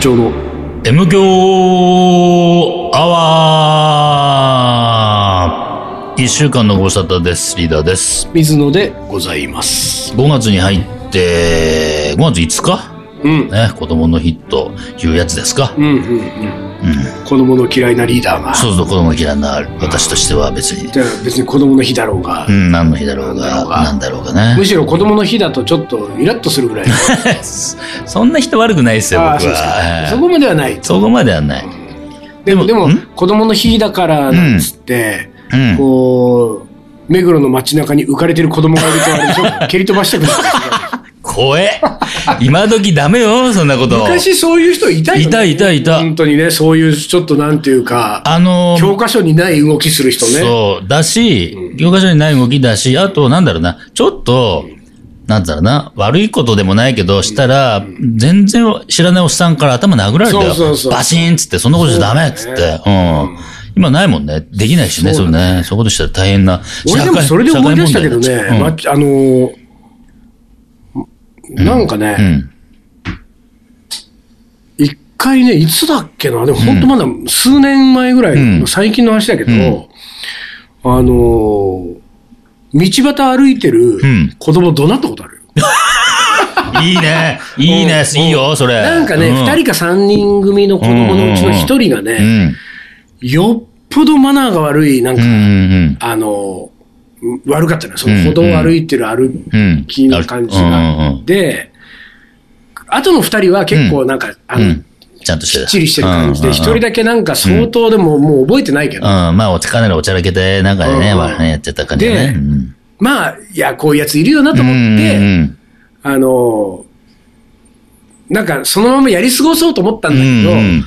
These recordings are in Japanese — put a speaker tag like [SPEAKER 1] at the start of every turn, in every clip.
[SPEAKER 1] 長の
[SPEAKER 2] M 強アワー一週間のご無沙汰です。リーダーです。
[SPEAKER 1] 水野でございます。
[SPEAKER 2] 5月に入って、5月5日
[SPEAKER 1] うん。
[SPEAKER 2] ね、子供の日というやつですか。
[SPEAKER 1] うんうんうん。子供の嫌いなリーダーが。
[SPEAKER 2] そうすると子供嫌いな私としては別に、
[SPEAKER 1] じゃあ別に子供の日だろうが
[SPEAKER 2] う。ん、何の日だろうが、
[SPEAKER 1] な
[SPEAKER 2] なんんだろうが
[SPEAKER 1] む
[SPEAKER 2] ね。
[SPEAKER 1] しろ子供の日だとちょっとイラッとするぐ らい。
[SPEAKER 2] そんな人悪くないですよ、
[SPEAKER 1] ああ、
[SPEAKER 2] 僕
[SPEAKER 1] そうですか。そ
[SPEAKER 2] は。
[SPEAKER 1] こまではない。
[SPEAKER 2] そこまではない。
[SPEAKER 1] でも、で
[SPEAKER 2] でも
[SPEAKER 1] も
[SPEAKER 2] ん、
[SPEAKER 1] 子供の日だから、なんつって、
[SPEAKER 2] うん。
[SPEAKER 1] こう、目黒の街中に浮かれてる子供がいると、あれでし ょ蹴り飛ばしたくなる。
[SPEAKER 2] 怖え今時ダメよ、そんなこと。
[SPEAKER 1] 昔そういう人いたよね。
[SPEAKER 2] いたいたいた
[SPEAKER 1] 本当にね、そういうちょっとなんていうか、
[SPEAKER 2] あのー
[SPEAKER 1] 教科書にない動きする人ね。
[SPEAKER 2] そう、だし、教科書にない動きだし、あと、なんだろうな、ちょっと、なんだろうな、悪いことでもないけど、したら、全然知らないおっさんから頭殴られ
[SPEAKER 1] そ
[SPEAKER 2] た
[SPEAKER 1] うそう
[SPEAKER 2] よ
[SPEAKER 1] そう。
[SPEAKER 2] バシーンっつって、そんなことじゃダメっつって。うん。今ないもんね。できないしね、
[SPEAKER 1] そ
[SPEAKER 2] そううね。そういうことしたら大変な。
[SPEAKER 1] 俺でもそれで思い出したけどね、
[SPEAKER 2] 社会問題
[SPEAKER 1] まあのー、なんか
[SPEAKER 2] うん。う
[SPEAKER 1] ね、
[SPEAKER 2] ん
[SPEAKER 1] 一回ね、いつだっけな、でも本当まだ数年前ぐらいの、
[SPEAKER 2] うん
[SPEAKER 1] 最近の話だけど、
[SPEAKER 2] ん
[SPEAKER 1] あのー、道端歩いてる
[SPEAKER 2] ん
[SPEAKER 1] 子供怒鳴ったことあるよ。
[SPEAKER 2] いいね。 いいね。いいよ、それ。
[SPEAKER 1] なんかね、
[SPEAKER 2] う
[SPEAKER 1] 二、人か三人組の子供のうちの一人が
[SPEAKER 2] う
[SPEAKER 1] ね、
[SPEAKER 2] ん。
[SPEAKER 1] よっぽどマナーが悪い、なん
[SPEAKER 2] う
[SPEAKER 1] か、
[SPEAKER 2] んうん
[SPEAKER 1] あのー、悪かったのよその歩道を歩いてる歩き
[SPEAKER 2] うん。うん。
[SPEAKER 1] 気な感じ
[SPEAKER 2] うんうんう
[SPEAKER 1] が
[SPEAKER 2] ん。
[SPEAKER 1] で、あとの二人は結構なんか、あ
[SPEAKER 2] う
[SPEAKER 1] の、
[SPEAKER 2] ん。ちゃんとして
[SPEAKER 1] き
[SPEAKER 2] る
[SPEAKER 1] っちりしてる感じ
[SPEAKER 2] う
[SPEAKER 1] で、
[SPEAKER 2] んうん
[SPEAKER 1] 一
[SPEAKER 2] うん
[SPEAKER 1] 人だけなんか相当でも、もう覚えてないけ
[SPEAKER 2] うん、
[SPEAKER 1] ど、
[SPEAKER 2] まあ、おかなりおちゃらけて、なんかでね、
[SPEAKER 1] うん
[SPEAKER 2] わねやってた感じだね。
[SPEAKER 1] で
[SPEAKER 2] うん
[SPEAKER 1] まあ、いや、こういうやついるよなと思って、
[SPEAKER 2] うん
[SPEAKER 1] あの、なんかそのままやり過ごそうと思ったんだ
[SPEAKER 2] う
[SPEAKER 1] け
[SPEAKER 2] ん
[SPEAKER 1] ど、
[SPEAKER 2] うん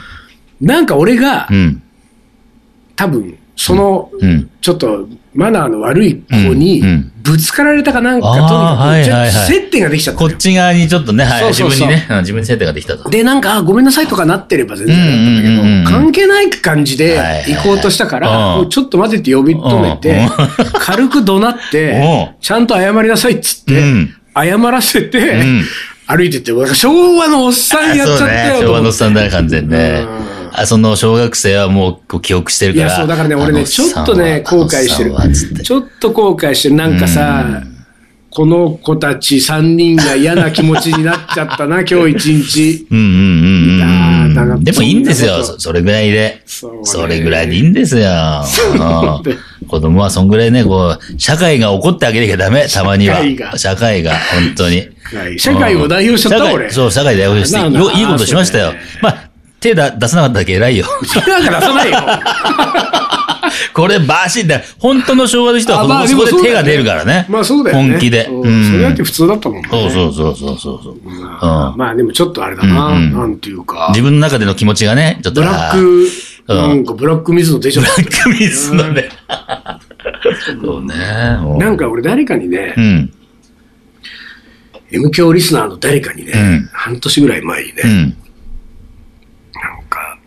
[SPEAKER 1] なんか俺が
[SPEAKER 2] う、ん
[SPEAKER 1] 多分、その、
[SPEAKER 2] うん
[SPEAKER 1] ちょっとマナーの悪い子に
[SPEAKER 2] うんうん
[SPEAKER 1] ぶつかられたかなんか、とに
[SPEAKER 2] あー
[SPEAKER 1] か
[SPEAKER 2] は
[SPEAKER 1] く
[SPEAKER 2] い
[SPEAKER 1] ちょ
[SPEAKER 2] はいはい
[SPEAKER 1] っと接点ができちゃった
[SPEAKER 2] こ
[SPEAKER 1] の
[SPEAKER 2] っ
[SPEAKER 1] よ。
[SPEAKER 2] ち側にちょっとね、はい、
[SPEAKER 1] そ
[SPEAKER 2] 自
[SPEAKER 1] うそう
[SPEAKER 2] 分
[SPEAKER 1] そう
[SPEAKER 2] にね、うん自分に設定ができたと。
[SPEAKER 1] で、なんか、あごめんなさいとかなってれば全然だったんだ
[SPEAKER 2] うんうんうんう
[SPEAKER 1] け
[SPEAKER 2] ん
[SPEAKER 1] ど、関係ない感じで
[SPEAKER 2] はいはいはい
[SPEAKER 1] 行こうとしたから、
[SPEAKER 2] う
[SPEAKER 1] も
[SPEAKER 2] ん
[SPEAKER 1] うちょっと待てって呼び止めて、
[SPEAKER 2] う
[SPEAKER 1] 軽く怒鳴って
[SPEAKER 2] う、ん
[SPEAKER 1] ちゃんと謝りなさいっつっ
[SPEAKER 2] う
[SPEAKER 1] て
[SPEAKER 2] ん、
[SPEAKER 1] 謝らせて
[SPEAKER 2] うん、
[SPEAKER 1] 歩いてって、俺昭和のおっさんやっちゃった
[SPEAKER 2] あそうね
[SPEAKER 1] よと
[SPEAKER 2] 昭
[SPEAKER 1] 思
[SPEAKER 2] 和
[SPEAKER 1] って
[SPEAKER 2] のスタンダー完全ね
[SPEAKER 1] う。
[SPEAKER 2] あ、その小学生はもうこう記憶してる
[SPEAKER 1] い
[SPEAKER 2] から。
[SPEAKER 1] や、そう、だからね、
[SPEAKER 2] あの
[SPEAKER 1] 俺ね、ちょっとね、
[SPEAKER 2] あの
[SPEAKER 1] 後悔して
[SPEAKER 2] おっさんはつっ
[SPEAKER 1] る。
[SPEAKER 2] て
[SPEAKER 1] ちょっと後悔してる。なんかさ、この子たち3人が嫌な気持ちになっちゃったな、今日一日。
[SPEAKER 2] うんうんうんうん
[SPEAKER 1] いやーだか
[SPEAKER 2] う
[SPEAKER 1] ら
[SPEAKER 2] ん。でもいいんです
[SPEAKER 1] そんな
[SPEAKER 2] よ、
[SPEAKER 1] こと
[SPEAKER 2] そそれぐらいで。
[SPEAKER 1] そうね
[SPEAKER 2] それぐらいでいいんですよ。
[SPEAKER 1] うね
[SPEAKER 2] うん子供はそんぐらいね、こう、社会が怒ってあげなきゃダメ、たまには
[SPEAKER 1] 社会が。
[SPEAKER 2] 社会が、本当に。
[SPEAKER 1] 社会を代表しちゃった、
[SPEAKER 2] 社会
[SPEAKER 1] 俺。
[SPEAKER 2] そう、社会代表して、
[SPEAKER 1] なんだ
[SPEAKER 2] よいいことしました
[SPEAKER 1] あ
[SPEAKER 2] よ
[SPEAKER 1] そうね。
[SPEAKER 2] まあ、手だ出さなかっただけ偉いよ。
[SPEAKER 1] なんか出さないよ。
[SPEAKER 2] これバシッて、本当の昭和の人は
[SPEAKER 1] あ
[SPEAKER 2] こ
[SPEAKER 1] まあ
[SPEAKER 2] こそこ
[SPEAKER 1] でも
[SPEAKER 2] で
[SPEAKER 1] そうだ
[SPEAKER 2] 手
[SPEAKER 1] よね
[SPEAKER 2] が出るからね。
[SPEAKER 1] まあそうだよね。
[SPEAKER 2] 本気で。
[SPEAKER 1] うん
[SPEAKER 2] うん
[SPEAKER 1] それだって普通だったもんね。
[SPEAKER 2] そうそうそうそうそうそう。うん
[SPEAKER 1] まあでもちょっとあれだな。
[SPEAKER 2] うんうん
[SPEAKER 1] なんていうか
[SPEAKER 2] 自。分の中での気持ちがね、ちょっと。
[SPEAKER 1] ブラッ
[SPEAKER 2] あー
[SPEAKER 1] ク、
[SPEAKER 2] うん
[SPEAKER 1] なんかブラックミスの出ちゃっ
[SPEAKER 2] ブラックミスのね。そうね。
[SPEAKER 1] た。
[SPEAKER 2] もう
[SPEAKER 1] なんか俺誰かにね
[SPEAKER 2] う、ん。
[SPEAKER 1] M 教リスナーの誰かにね
[SPEAKER 2] うん、
[SPEAKER 1] 半年ぐらい前にね
[SPEAKER 2] う、ん。
[SPEAKER 1] なんか、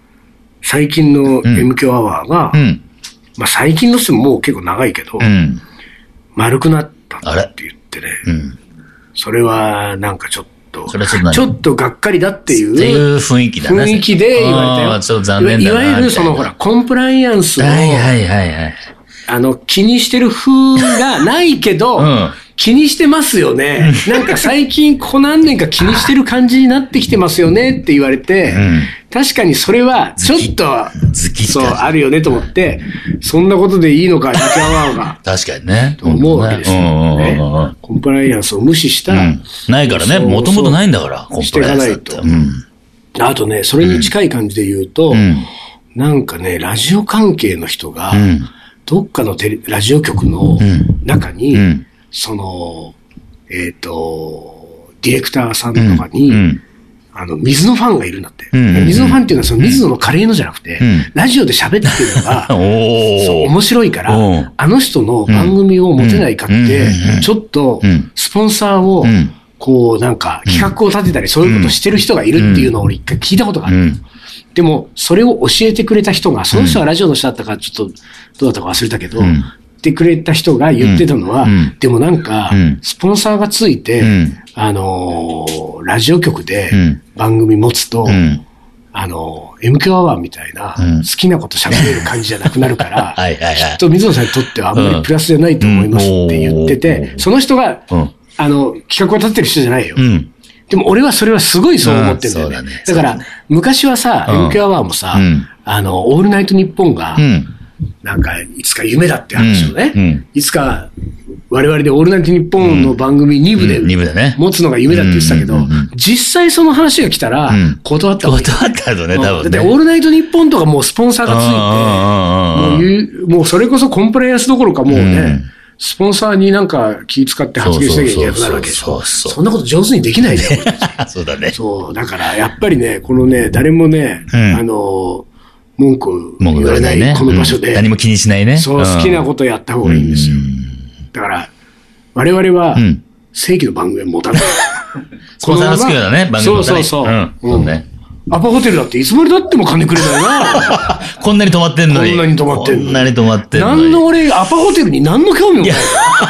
[SPEAKER 1] 最近の M 響アワーが、
[SPEAKER 2] うん。
[SPEAKER 1] まあ最近の人ももう結構長いけど、
[SPEAKER 2] うん。
[SPEAKER 1] 丸くなったって言ってね、
[SPEAKER 2] うん。
[SPEAKER 1] それはなんかちょっと、
[SPEAKER 2] それはちょっと何
[SPEAKER 1] ちょっとがっかりだってい
[SPEAKER 2] って
[SPEAKER 1] う
[SPEAKER 2] いう雰囲気だね。
[SPEAKER 1] 雰囲気で言われた
[SPEAKER 2] あー
[SPEAKER 1] よ。
[SPEAKER 2] ちょっと残念だな。
[SPEAKER 1] いわゆるその
[SPEAKER 2] み
[SPEAKER 1] ほ
[SPEAKER 2] たい
[SPEAKER 1] ら、コンプライアンスを、
[SPEAKER 2] なはいはいはいはい。
[SPEAKER 1] あの、気にしてる風がないけど、
[SPEAKER 2] うん
[SPEAKER 1] 気にしてますよね。なんか最近ここ何年か気にしてる感じになってきてますよねって言われて、
[SPEAKER 2] ん
[SPEAKER 1] 確かにそれはちょっと
[SPEAKER 2] ズキッ、
[SPEAKER 1] そう、
[SPEAKER 2] ズキッと
[SPEAKER 1] あるよねと思って、そんなことでいいのか、リキャワー が。
[SPEAKER 2] 確かにね。
[SPEAKER 1] 思うわけですよ、
[SPEAKER 2] うんうんうんうん
[SPEAKER 1] ね。コンプライアンスを無視した、
[SPEAKER 2] うんないからね、
[SPEAKER 1] そうそう
[SPEAKER 2] もともとないんだから、コンプライアンスだ
[SPEAKER 1] し
[SPEAKER 2] っ。
[SPEAKER 1] てていか
[SPEAKER 2] う
[SPEAKER 1] ない
[SPEAKER 2] ん。
[SPEAKER 1] あとね、それに近い感じで言うと、
[SPEAKER 2] うん。
[SPEAKER 1] なんかね、ラジオ関係の人が、
[SPEAKER 2] うん。
[SPEAKER 1] どっかのテレラジオ局の中に、
[SPEAKER 2] うん
[SPEAKER 1] その、えっ、と、ディレクターさんとかに、
[SPEAKER 2] うん。
[SPEAKER 1] あの、水のファンがいるんだって。
[SPEAKER 2] うんうんうん
[SPEAKER 1] 水のファンっていうのは、その水野のカレーのじゃなくて、
[SPEAKER 2] うん
[SPEAKER 1] ラジオで喋ってるのが
[SPEAKER 2] お、
[SPEAKER 1] そう
[SPEAKER 2] お。
[SPEAKER 1] 面白いから
[SPEAKER 2] うん、
[SPEAKER 1] あの人の番組を持てないかっ
[SPEAKER 2] うんうん
[SPEAKER 1] て
[SPEAKER 2] うんう、ん
[SPEAKER 1] ちょっと
[SPEAKER 2] うん、
[SPEAKER 1] スポンサーを
[SPEAKER 2] うん、
[SPEAKER 1] こうなんか企画を立てたり、そういうことしてる人がいるっていうのを俺一回聞いたことがある。
[SPEAKER 2] うん
[SPEAKER 1] でも、それを教えてくれた人が、その人はラジオの人だったから、ちょっとどうだったか忘れたけど、っ
[SPEAKER 2] ん
[SPEAKER 1] てくれた人が言ってたのは、
[SPEAKER 2] うん
[SPEAKER 1] でもなんか
[SPEAKER 2] うん、
[SPEAKER 1] スポンサーがついて、
[SPEAKER 2] うん
[SPEAKER 1] あのーラジオ局で
[SPEAKER 2] うん
[SPEAKER 1] 番組持つと、
[SPEAKER 2] うん。
[SPEAKER 1] あの、MQ アワーみたいな、
[SPEAKER 2] うん
[SPEAKER 1] 好きなこと喋れる感じじゃなくなるから、
[SPEAKER 2] はいはいはい
[SPEAKER 1] きっと水野さんにとってはあんまりプラスじゃないと思いますって言ってて、
[SPEAKER 2] うんうん
[SPEAKER 1] その人が、
[SPEAKER 2] うん
[SPEAKER 1] あの、企画を立ててる人じゃないよ。
[SPEAKER 2] うん。
[SPEAKER 1] でも俺はそれはすごいそう思ってるんだよね。
[SPEAKER 2] うんそうだね
[SPEAKER 1] だから、昔はさ、
[SPEAKER 2] うん
[SPEAKER 1] MQ アワーもさ、
[SPEAKER 2] うん
[SPEAKER 1] あの、オールナイトニッポンが
[SPEAKER 2] う、ん。
[SPEAKER 1] なんか、いつか夢だって話をね、
[SPEAKER 2] うんうん
[SPEAKER 1] いつか、我々でオールナイトニッポンの番組2部で、
[SPEAKER 2] うん二部でね
[SPEAKER 1] 持つのが夢だって言ってたけど、
[SPEAKER 2] うんうんうんうん
[SPEAKER 1] 実際その話が来たら
[SPEAKER 2] うん、
[SPEAKER 1] 断った
[SPEAKER 2] 断
[SPEAKER 1] わ
[SPEAKER 2] っ
[SPEAKER 1] け、
[SPEAKER 2] た後ね、多
[SPEAKER 1] だっ
[SPEAKER 2] 分
[SPEAKER 1] て、
[SPEAKER 2] ね。
[SPEAKER 1] オールナイトニッポンとかもうスポンサーがついて、もう
[SPEAKER 2] うんうんうんうん
[SPEAKER 1] 言うもうそれこそコンプライアンスどころかもうね、
[SPEAKER 2] うん
[SPEAKER 1] スポンサーになんか気使って発言しなきゃいけなくなるわけでし
[SPEAKER 2] そ
[SPEAKER 1] ょ。
[SPEAKER 2] うそう
[SPEAKER 1] そ
[SPEAKER 2] そうそう
[SPEAKER 1] んなこと上手にできないじゃん。
[SPEAKER 2] そうだね。
[SPEAKER 1] そう、だからやっぱりね、このね、誰もね、
[SPEAKER 2] うん
[SPEAKER 1] あの、文句言
[SPEAKER 2] 文句言
[SPEAKER 1] わ
[SPEAKER 2] わ
[SPEAKER 1] れ
[SPEAKER 2] れ
[SPEAKER 1] な
[SPEAKER 2] ない
[SPEAKER 1] い、
[SPEAKER 2] ね。
[SPEAKER 1] この場所
[SPEAKER 2] う
[SPEAKER 1] で、
[SPEAKER 2] ん何も気にしないね。
[SPEAKER 1] そう、好きな
[SPEAKER 2] と
[SPEAKER 1] ことやった方がいいんですよ。だから、我々は
[SPEAKER 2] うん、
[SPEAKER 1] 正規の番組は持 たない。
[SPEAKER 2] スポンサーがつくようなね、番組
[SPEAKER 1] そ
[SPEAKER 2] も
[SPEAKER 1] う
[SPEAKER 2] ね
[SPEAKER 1] そうそう。
[SPEAKER 2] うん。そうね。
[SPEAKER 1] うんアパホテルだっていつまでだっても金くれないな。
[SPEAKER 2] こんなに止まってんのに。
[SPEAKER 1] こんなに止まってんのに
[SPEAKER 2] こんなに止まってんのに。
[SPEAKER 1] 何の俺、アパホテルに何の興味もない。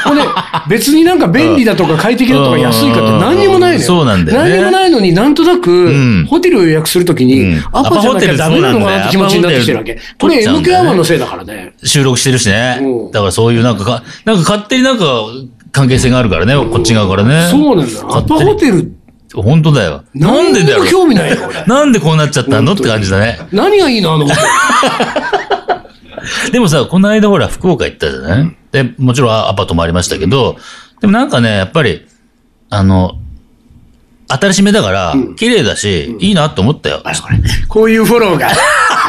[SPEAKER 1] ほんで、別になんか便利だとか快適だとか安いかって何にもないのよ。
[SPEAKER 2] うんそうなんだよね
[SPEAKER 1] 何にもないのになんとなく
[SPEAKER 2] ん、
[SPEAKER 1] ホテルを予約するときに
[SPEAKER 2] うん、
[SPEAKER 1] アパじゃなきゃダメなのかなって気持ちになってきてるわけ。こ
[SPEAKER 2] そうなん
[SPEAKER 1] れ
[SPEAKER 2] だよアパホテル取っち
[SPEAKER 1] MQ ア
[SPEAKER 2] ゃうんだよ
[SPEAKER 1] ワ
[SPEAKER 2] ね
[SPEAKER 1] ーのせいだからね。
[SPEAKER 2] 収録してるしね
[SPEAKER 1] うん。
[SPEAKER 2] だからそういうなんかか、なんか勝手になんか関係性があるからね、こっち側からね。
[SPEAKER 1] そうなんだよ。ア
[SPEAKER 2] 勝
[SPEAKER 1] パ
[SPEAKER 2] 手
[SPEAKER 1] ホ
[SPEAKER 2] に。
[SPEAKER 1] テル、
[SPEAKER 2] 本当だよ。なんでだ
[SPEAKER 1] 何にも興
[SPEAKER 2] よ。
[SPEAKER 1] 味ないよ、俺。
[SPEAKER 2] なんでこうなっちゃったのって感じだね。
[SPEAKER 1] 何がいいのあ のホテル。
[SPEAKER 2] でもさ、この間ほら、福岡行ったじゃないで、もちろんアパートもありましたけど、でもなんかね、やっぱり、あの、新しめだから、綺麗だし、いいなと思ったよ。
[SPEAKER 1] こういうフォローが、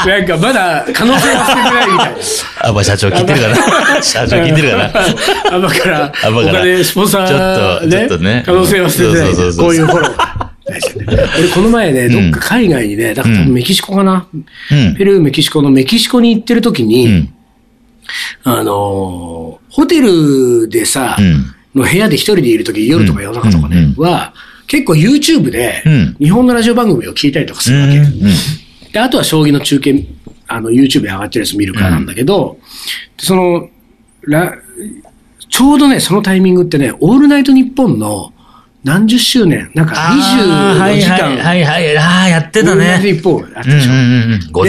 [SPEAKER 1] なんかまだ可能性が捨ててないみたいな。
[SPEAKER 2] アパ社長聞いてるかな 社長聞いて るかな
[SPEAKER 1] アバから、
[SPEAKER 2] アバ
[SPEAKER 1] お
[SPEAKER 2] から
[SPEAKER 1] 金、スポンサー、
[SPEAKER 2] ちょっとちょっとね
[SPEAKER 1] 可能性は捨ててない
[SPEAKER 2] そうそうそうそう
[SPEAKER 1] こういうフォロー が。大事だね俺、この前ね、どっか海外にね、だから多分メキシコかな。
[SPEAKER 2] うん
[SPEAKER 1] ペルー、メキシコのメキシコに行ってる時に、
[SPEAKER 2] うん。
[SPEAKER 1] あのーホテルでさ、
[SPEAKER 2] うん
[SPEAKER 1] の部屋で一人でいる時夜とか夜中とかね、
[SPEAKER 2] うん
[SPEAKER 1] は、結構 YouTube で
[SPEAKER 2] うん、
[SPEAKER 1] 日本のラジオ番組を聞いたりとかするわけ。
[SPEAKER 2] うん
[SPEAKER 1] で、あとは将棋の中継、あの、YouTube で上がってるやつ見るからなんだけど、でその、ら、ちょうどね、そのタイミングってね、オールナイトニッポンの何十周年、なんか
[SPEAKER 2] あーは
[SPEAKER 1] 24
[SPEAKER 2] い
[SPEAKER 1] 時
[SPEAKER 2] はい
[SPEAKER 1] 間、
[SPEAKER 2] はいはい、ああ、やって
[SPEAKER 1] オー
[SPEAKER 2] た
[SPEAKER 1] ルナイトニ
[SPEAKER 2] ね。
[SPEAKER 1] ッポンあっ
[SPEAKER 2] うんう
[SPEAKER 1] た
[SPEAKER 2] ん
[SPEAKER 1] でしょ。
[SPEAKER 2] うん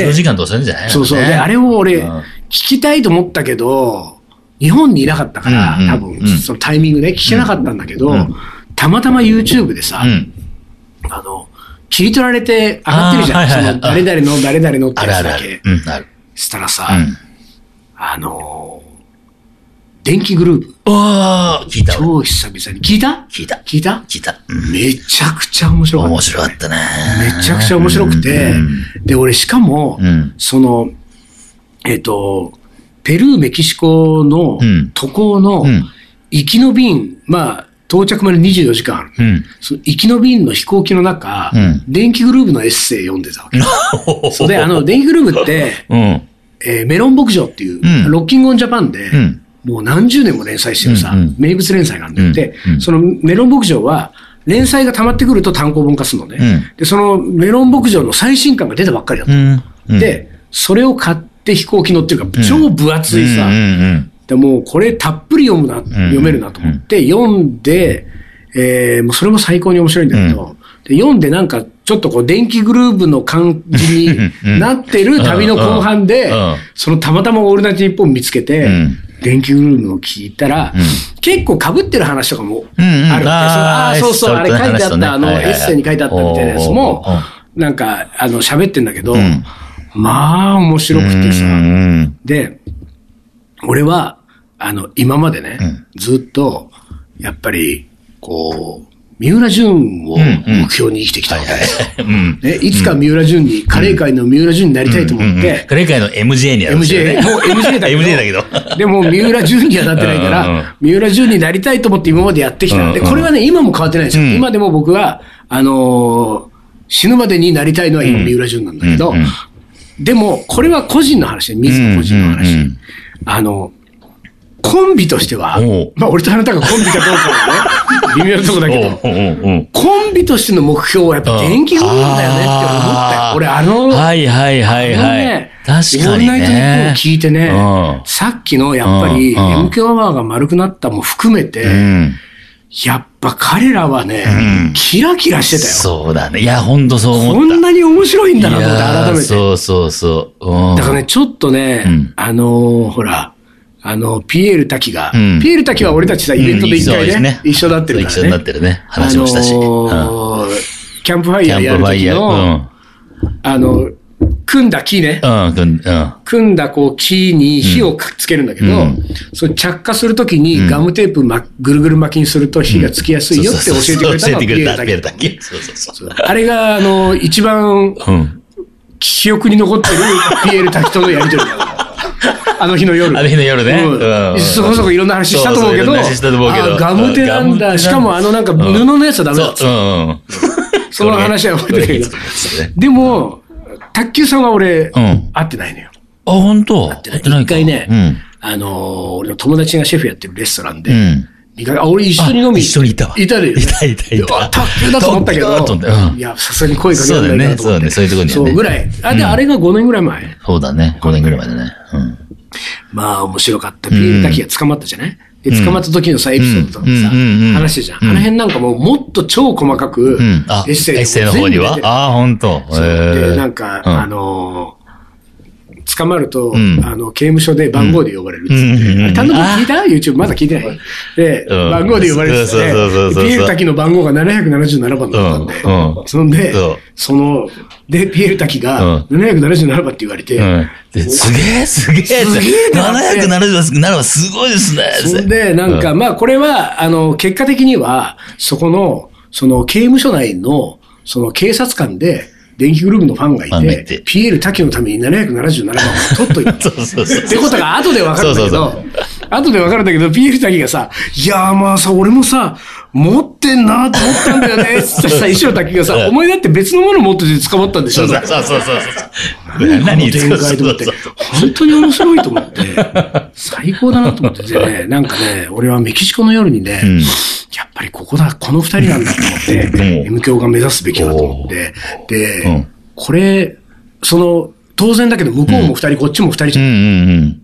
[SPEAKER 2] うん。50時間とするんじゃない
[SPEAKER 1] そうそう。
[SPEAKER 2] ね
[SPEAKER 1] で、あれを俺、
[SPEAKER 2] うん
[SPEAKER 1] 聞きたいと思ったけど、日本にいなかったから
[SPEAKER 2] うんう、ん
[SPEAKER 1] 多
[SPEAKER 2] う
[SPEAKER 1] 分、
[SPEAKER 2] ん
[SPEAKER 1] そのタイミングね、聞けなかったんだけど
[SPEAKER 2] ん、
[SPEAKER 1] たまたま YouTube でさ
[SPEAKER 2] う、ん。
[SPEAKER 1] あの、切り取られて上がってるじ
[SPEAKER 2] あ
[SPEAKER 1] ゃ
[SPEAKER 2] ー
[SPEAKER 1] ん。
[SPEAKER 2] はい
[SPEAKER 1] そ
[SPEAKER 2] はいはい
[SPEAKER 1] の、誰々の誰々のって
[SPEAKER 2] ある
[SPEAKER 1] や
[SPEAKER 2] あ
[SPEAKER 1] つ
[SPEAKER 2] るあ
[SPEAKER 1] だけ
[SPEAKER 2] る。。うん、ある。
[SPEAKER 1] したらさ、
[SPEAKER 2] うん。
[SPEAKER 1] あのー電気グループ、
[SPEAKER 2] おー、聞いた。
[SPEAKER 1] 超久々に、聞いた
[SPEAKER 2] 聞いた。
[SPEAKER 1] 聞いた
[SPEAKER 2] 聞いた。うん
[SPEAKER 1] めちゃくちゃ面白かった。
[SPEAKER 2] 面白かったね。
[SPEAKER 1] めちゃくちゃ面白くて、で、俺しかも、
[SPEAKER 2] うん
[SPEAKER 1] その、えっ、と、ペルー、メキシコの
[SPEAKER 2] うん
[SPEAKER 1] 渡航の
[SPEAKER 2] うん
[SPEAKER 1] 行きの便、まあ、到着まで24時間ある。
[SPEAKER 2] うん。
[SPEAKER 1] その行きの便の飛行機の中、
[SPEAKER 2] うん
[SPEAKER 1] 電気グループのエッセイ読んでたわけ。
[SPEAKER 2] そ
[SPEAKER 1] で、あの、、電気グループって、
[SPEAKER 2] うん。
[SPEAKER 1] えーメロン牧場っていう、
[SPEAKER 2] うん
[SPEAKER 1] ロッキングオンジャパンで、
[SPEAKER 2] うん
[SPEAKER 1] もう何十年も連載してるさ、
[SPEAKER 2] うんうん
[SPEAKER 1] 名物連載があるんだよ。
[SPEAKER 2] うん
[SPEAKER 1] で、
[SPEAKER 2] うん
[SPEAKER 1] そのメロン牧場は、連載が溜まってくると単行本化するのね、
[SPEAKER 2] うん
[SPEAKER 1] で、そのメロン牧場の最新刊が出たばっかりだっ
[SPEAKER 2] う
[SPEAKER 1] た。
[SPEAKER 2] ん。うん、
[SPEAKER 1] で、それを買って飛行機乗ってるから、超分厚いさ、
[SPEAKER 2] うんうん
[SPEAKER 1] でもうこれたっぷり読むな、読めるなと思って、読んで、えー、もうそれも最高に面白いんだけど、で読んでなんかちょっとこう電気グルーヴの感じになってる旅の後半で
[SPEAKER 2] うんうん、
[SPEAKER 1] そのたまたまオールナイトニッポン見つけて、
[SPEAKER 2] うん
[SPEAKER 1] 電気グルーヴを聞いたら、結構被ってる話とかも
[SPEAKER 2] うんうん
[SPEAKER 1] あるわ
[SPEAKER 2] あー
[SPEAKER 1] けで、そのあーそうそう、あ
[SPEAKER 2] エッ
[SPEAKER 1] れ書
[SPEAKER 2] セイとね
[SPEAKER 1] いてあった、あ
[SPEAKER 2] 話とね
[SPEAKER 1] の
[SPEAKER 2] はいはい
[SPEAKER 1] エッセイに書いてあったみたいなやつも
[SPEAKER 2] おーおーおー、
[SPEAKER 1] なんかあの喋ってんだけど、
[SPEAKER 2] ん
[SPEAKER 1] まあ面白くてさ、
[SPEAKER 2] うん。
[SPEAKER 1] で、俺は、あの、今までね、ずっと、やっぱり、こう、三浦淳を目標に生きてきたわけですよ。
[SPEAKER 2] うん。
[SPEAKER 1] ね、いつか三浦淳に、カレー界の三浦淳になりたいと思っ
[SPEAKER 2] で、
[SPEAKER 1] て、
[SPEAKER 2] カレー界の MJ にあるんですよ
[SPEAKER 1] MJ、
[SPEAKER 2] ね。
[SPEAKER 1] も う MJ だけど。
[SPEAKER 2] MJ だけど。
[SPEAKER 1] でも三浦淳にはなってないか
[SPEAKER 2] うんうんうん
[SPEAKER 1] ら、三浦淳になりたいと思って今までやってきたんで、
[SPEAKER 2] うんうん
[SPEAKER 1] これはね、今も変わってないんですよ。
[SPEAKER 2] うん
[SPEAKER 1] 今でも僕は、あのー死ぬまでになりたいのは今三浦淳なんだけど、
[SPEAKER 2] うんうん
[SPEAKER 1] でも、これは個人の話ね、水野個人の話。
[SPEAKER 2] うんうんうん
[SPEAKER 1] あの、コンビとしては
[SPEAKER 2] おう、
[SPEAKER 1] まあ俺とあなたがコンビかどうかは ね、微妙なとこだけ
[SPEAKER 2] お
[SPEAKER 1] ど、
[SPEAKER 2] うおうおうおう
[SPEAKER 1] コンビとしての目標はやっぱ電気グループだよねって俺思ったよ
[SPEAKER 2] あ。ー
[SPEAKER 1] 俺あの、
[SPEAKER 2] はいはいはい
[SPEAKER 1] あの
[SPEAKER 2] はい
[SPEAKER 1] ね。
[SPEAKER 2] 確かに
[SPEAKER 1] オールナイトニッポン
[SPEAKER 2] ね
[SPEAKER 1] を。聞いてね
[SPEAKER 2] う、ん
[SPEAKER 1] さっきのやっぱり
[SPEAKER 2] うんうん
[SPEAKER 1] MQ アワーが丸くなったも含めて、
[SPEAKER 2] うん。
[SPEAKER 1] やっぱ彼らはね、
[SPEAKER 2] うん
[SPEAKER 1] キラキラしてたよ。
[SPEAKER 2] そうだね。いや、ほんとそう思った。
[SPEAKER 1] こんなに面白いんだなと思って、
[SPEAKER 2] いやー
[SPEAKER 1] 改めて。
[SPEAKER 2] そうそうそう。うん
[SPEAKER 1] だからね、ちょっとね、
[SPEAKER 2] うん
[SPEAKER 1] あのーほら、あの、ピエール滝が、
[SPEAKER 2] うん
[SPEAKER 1] ピエール滝は俺たちさ、イベントで一
[SPEAKER 2] うんそう
[SPEAKER 1] 回
[SPEAKER 2] です
[SPEAKER 1] ね、一緒になってるから
[SPEAKER 2] 一緒
[SPEAKER 1] ね。
[SPEAKER 2] になってるね。話もしたし。
[SPEAKER 1] あの
[SPEAKER 2] うん
[SPEAKER 1] ーキャンプファイ
[SPEAKER 2] キ
[SPEAKER 1] ヤー
[SPEAKER 2] ャ
[SPEAKER 1] や
[SPEAKER 2] ンプ
[SPEAKER 1] る
[SPEAKER 2] ファイ
[SPEAKER 1] 時
[SPEAKER 2] ヤ
[SPEAKER 1] の、
[SPEAKER 2] ー。
[SPEAKER 1] あの、組んだ木ね、
[SPEAKER 2] うん。うん。うん。
[SPEAKER 1] 組んだこう木に火をかつけるんだけど、
[SPEAKER 2] うん
[SPEAKER 1] それ着火するときにガムテープ、ま、ぐるぐる巻きにすると火がつきやすいよって教えてくれたの
[SPEAKER 2] そうそうそう教え
[SPEAKER 1] は
[SPEAKER 2] て
[SPEAKER 1] ピ
[SPEAKER 2] く
[SPEAKER 1] エー
[SPEAKER 2] れ
[SPEAKER 1] ル
[SPEAKER 2] た。ピエー
[SPEAKER 1] 滝。
[SPEAKER 2] ルだけ。そうそうそう。
[SPEAKER 1] あれが、あの、一番
[SPEAKER 2] うん。
[SPEAKER 1] 記憶に残ってるピエール滝とのやりとりだからあの日の夜。
[SPEAKER 2] あの日の夜ね。
[SPEAKER 1] うんそこそこいろんな話したと思うけど、
[SPEAKER 2] そそいろんな話したと思うけど
[SPEAKER 1] あガムテなん
[SPEAKER 2] ガムテ
[SPEAKER 1] だ。しかもあのなんか布
[SPEAKER 2] うん
[SPEAKER 1] のやつはダメだ
[SPEAKER 2] そ
[SPEAKER 1] っ
[SPEAKER 2] う、うんうん。
[SPEAKER 1] た。その話は覚えてるけど。
[SPEAKER 2] け
[SPEAKER 1] でも、卓球さんは俺、
[SPEAKER 2] うん。
[SPEAKER 1] 会ってないのよ。
[SPEAKER 2] あ、本当
[SPEAKER 1] ってない一回ね
[SPEAKER 2] うん。
[SPEAKER 1] あのー、俺の友達がシェフやってるレストラン
[SPEAKER 2] う
[SPEAKER 1] で、
[SPEAKER 2] ん。
[SPEAKER 1] 見かけあ俺一緒に飲
[SPEAKER 2] あ
[SPEAKER 1] み、
[SPEAKER 2] 一緒にいたわ。
[SPEAKER 1] いたでよね
[SPEAKER 2] いたいたいう
[SPEAKER 1] わ
[SPEAKER 2] た。
[SPEAKER 1] 卓球だと思ったけ
[SPEAKER 2] 卓球だと思ったう
[SPEAKER 1] ど、
[SPEAKER 2] ん
[SPEAKER 1] いや、さすがに声かけられないなと思って。
[SPEAKER 2] そうだねそうだねそういうとこにはね
[SPEAKER 1] そうぐらい。あ、で、あれが5年ぐらい前。
[SPEAKER 2] そうだね。5年ぐらい前だね。うん。
[SPEAKER 1] まあ面白かった。ピエール滝が捕まったじゃない、で、捕まった時のさ、エピソードとかもさ、
[SPEAKER 2] うんうんうんうん
[SPEAKER 1] 話してじゃん。
[SPEAKER 2] うん
[SPEAKER 1] あの辺なんかもうもっと超細かく、
[SPEAKER 2] うん。あ、エ
[SPEAKER 1] エッ
[SPEAKER 2] ッ
[SPEAKER 1] セイ
[SPEAKER 2] セイの方には
[SPEAKER 1] 全部出てる
[SPEAKER 2] ああ、本当。
[SPEAKER 1] そう
[SPEAKER 2] へ
[SPEAKER 1] で、
[SPEAKER 2] え
[SPEAKER 1] なんか、
[SPEAKER 2] うん
[SPEAKER 1] あのー捕まると、
[SPEAKER 2] ん
[SPEAKER 1] あの、刑務所で番号で呼ばれるっつって。
[SPEAKER 2] うんうんうん
[SPEAKER 1] あれ、単独聞いた ?YouTube まだ聞いてない。で、
[SPEAKER 2] うん
[SPEAKER 1] 番号で呼ばれてて、
[SPEAKER 2] そうそうそうそうそう
[SPEAKER 1] ピエール滝の番号が777番だったんで、
[SPEAKER 2] うんうん
[SPEAKER 1] そんで
[SPEAKER 2] そう
[SPEAKER 1] その、で、ピエール滝が777番って言われて、
[SPEAKER 2] うんですげえすげえ
[SPEAKER 1] すげえなって
[SPEAKER 2] 777ならばすごいですね
[SPEAKER 1] そんで、なんか、、まあ、これは、あの、結果的には、そこの、その、刑務所内の、その、警察官で、電気グループのファンがい
[SPEAKER 2] ファンが
[SPEAKER 1] て、
[SPEAKER 2] いて
[SPEAKER 1] ピエール滝のために777番を取っ といた。
[SPEAKER 2] そうそうそう
[SPEAKER 1] ってことが後で分かるんだけど、
[SPEAKER 2] そう
[SPEAKER 1] 後で分かるんだけど、ピエール滝がさ、いやーまあさ、俺もさ、持ってんなと思ったんだよ ね、つってさ、衣装滝がさ、お前だって別のもの持ってて捕まったんでし
[SPEAKER 2] そ
[SPEAKER 1] ょ
[SPEAKER 2] う
[SPEAKER 1] と
[SPEAKER 2] そ
[SPEAKER 1] か
[SPEAKER 2] うそうそうそう。
[SPEAKER 1] 何この
[SPEAKER 2] そ
[SPEAKER 1] 展
[SPEAKER 2] う
[SPEAKER 1] 開と思って
[SPEAKER 2] そうそう、
[SPEAKER 1] 本当に面白いと思って、最高だなと思ってて ね、なんかね、俺はメキシコの夜にね、
[SPEAKER 2] ん
[SPEAKER 1] やっぱりここだ、この二人なんだと思って、
[SPEAKER 2] うん
[SPEAKER 1] M 教が目指すべきだと思って、で、
[SPEAKER 2] うん
[SPEAKER 1] これ、その、当然だけど、向こうも二人、こっちも二人じ
[SPEAKER 2] う
[SPEAKER 1] ゃん、
[SPEAKER 2] んうんうん。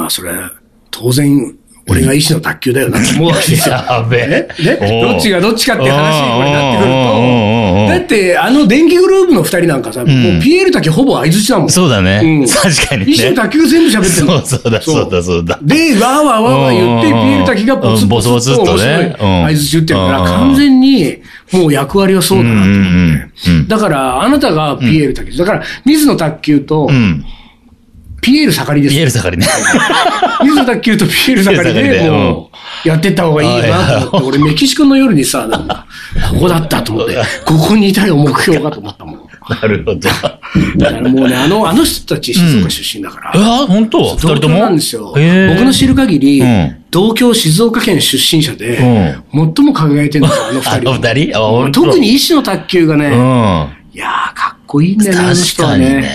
[SPEAKER 1] まあ、それは、当然、俺が医師の卓球だよなって思うわけですよ。
[SPEAKER 2] やべ
[SPEAKER 1] ね
[SPEAKER 2] え。
[SPEAKER 1] ね
[SPEAKER 2] おう
[SPEAKER 1] どっちがどっちかって話にこれなってくる
[SPEAKER 2] おうおうおうおうおう
[SPEAKER 1] と、だって、あの電気グループの二人なんかさ、もうピエールだけほぼ相づちだもん。
[SPEAKER 2] そうだ
[SPEAKER 1] う
[SPEAKER 2] ね
[SPEAKER 1] ん。
[SPEAKER 2] 確かにね。
[SPEAKER 1] 一緒に卓球全部喋ってる
[SPEAKER 2] そうそうだ、そうだ、そうだ。
[SPEAKER 1] で、わーわーわーわー言って、
[SPEAKER 2] う
[SPEAKER 1] ピ
[SPEAKER 2] んうんうん
[SPEAKER 1] エール滝がポツ
[SPEAKER 2] うん
[SPEAKER 1] ポ
[SPEAKER 2] ボ
[SPEAKER 1] ツ
[SPEAKER 2] ソボツっ
[SPEAKER 1] と
[SPEAKER 2] とね
[SPEAKER 1] 面白い合図中ってるから、
[SPEAKER 2] うん
[SPEAKER 1] 完全にもう役割はそうだ
[SPEAKER 2] うんう
[SPEAKER 1] なと
[SPEAKER 2] ん
[SPEAKER 1] 思って。
[SPEAKER 2] うんうん。
[SPEAKER 1] だから、あなたがピエール滝です。だから、水野卓球と
[SPEAKER 2] うん。
[SPEAKER 1] ピエール盛りです
[SPEAKER 2] 見え。る盛り ね。
[SPEAKER 1] 水野卓球とピエール盛り
[SPEAKER 2] ピエール盛り
[SPEAKER 1] で、
[SPEAKER 2] で
[SPEAKER 1] もう、やってった方がいいよなと思って、俺メキシコの夜にさ、なんか、ここだったと思 って、ここにいたよ、目標がと思ったもん。
[SPEAKER 2] なるほど。
[SPEAKER 1] だからもうね、あの、あの人たち静岡出身だから。
[SPEAKER 2] あ、本当二
[SPEAKER 1] 同
[SPEAKER 2] 人
[SPEAKER 1] 郷
[SPEAKER 2] とも
[SPEAKER 1] なんですよ。僕
[SPEAKER 2] へえ
[SPEAKER 1] の知る限り
[SPEAKER 2] うん、
[SPEAKER 1] 同郷静岡県出身者で、最も輝いてるのがあの
[SPEAKER 2] あの
[SPEAKER 1] 二人。
[SPEAKER 2] 二人あ、本当
[SPEAKER 1] 特に医師の卓球が
[SPEAKER 2] う
[SPEAKER 1] ね、
[SPEAKER 2] ん。
[SPEAKER 1] いやー、かっこいいんだよね、あの
[SPEAKER 2] 確
[SPEAKER 1] 人は
[SPEAKER 2] かに
[SPEAKER 1] ね。
[SPEAKER 2] ね。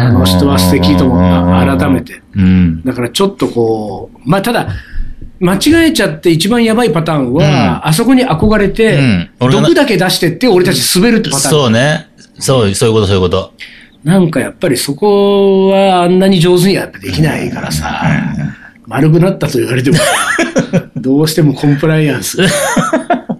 [SPEAKER 1] あの人は素敵と思った
[SPEAKER 2] うんうんうん
[SPEAKER 1] 改めて
[SPEAKER 2] うん。
[SPEAKER 1] だからちょっとこう、まあただ、間違えちゃって一番やばいパターンは、あそこに憧れ
[SPEAKER 2] う
[SPEAKER 1] て
[SPEAKER 2] ん、俺が
[SPEAKER 1] 毒だけ出してって俺たち滑るってパターン。
[SPEAKER 2] そうね。そう、そういうこと、そういうこと。
[SPEAKER 1] なんかやっぱりそこはあんなに上手にはやっぱできないからさ、丸くなったと言われても、どうしてもコンプライアン スが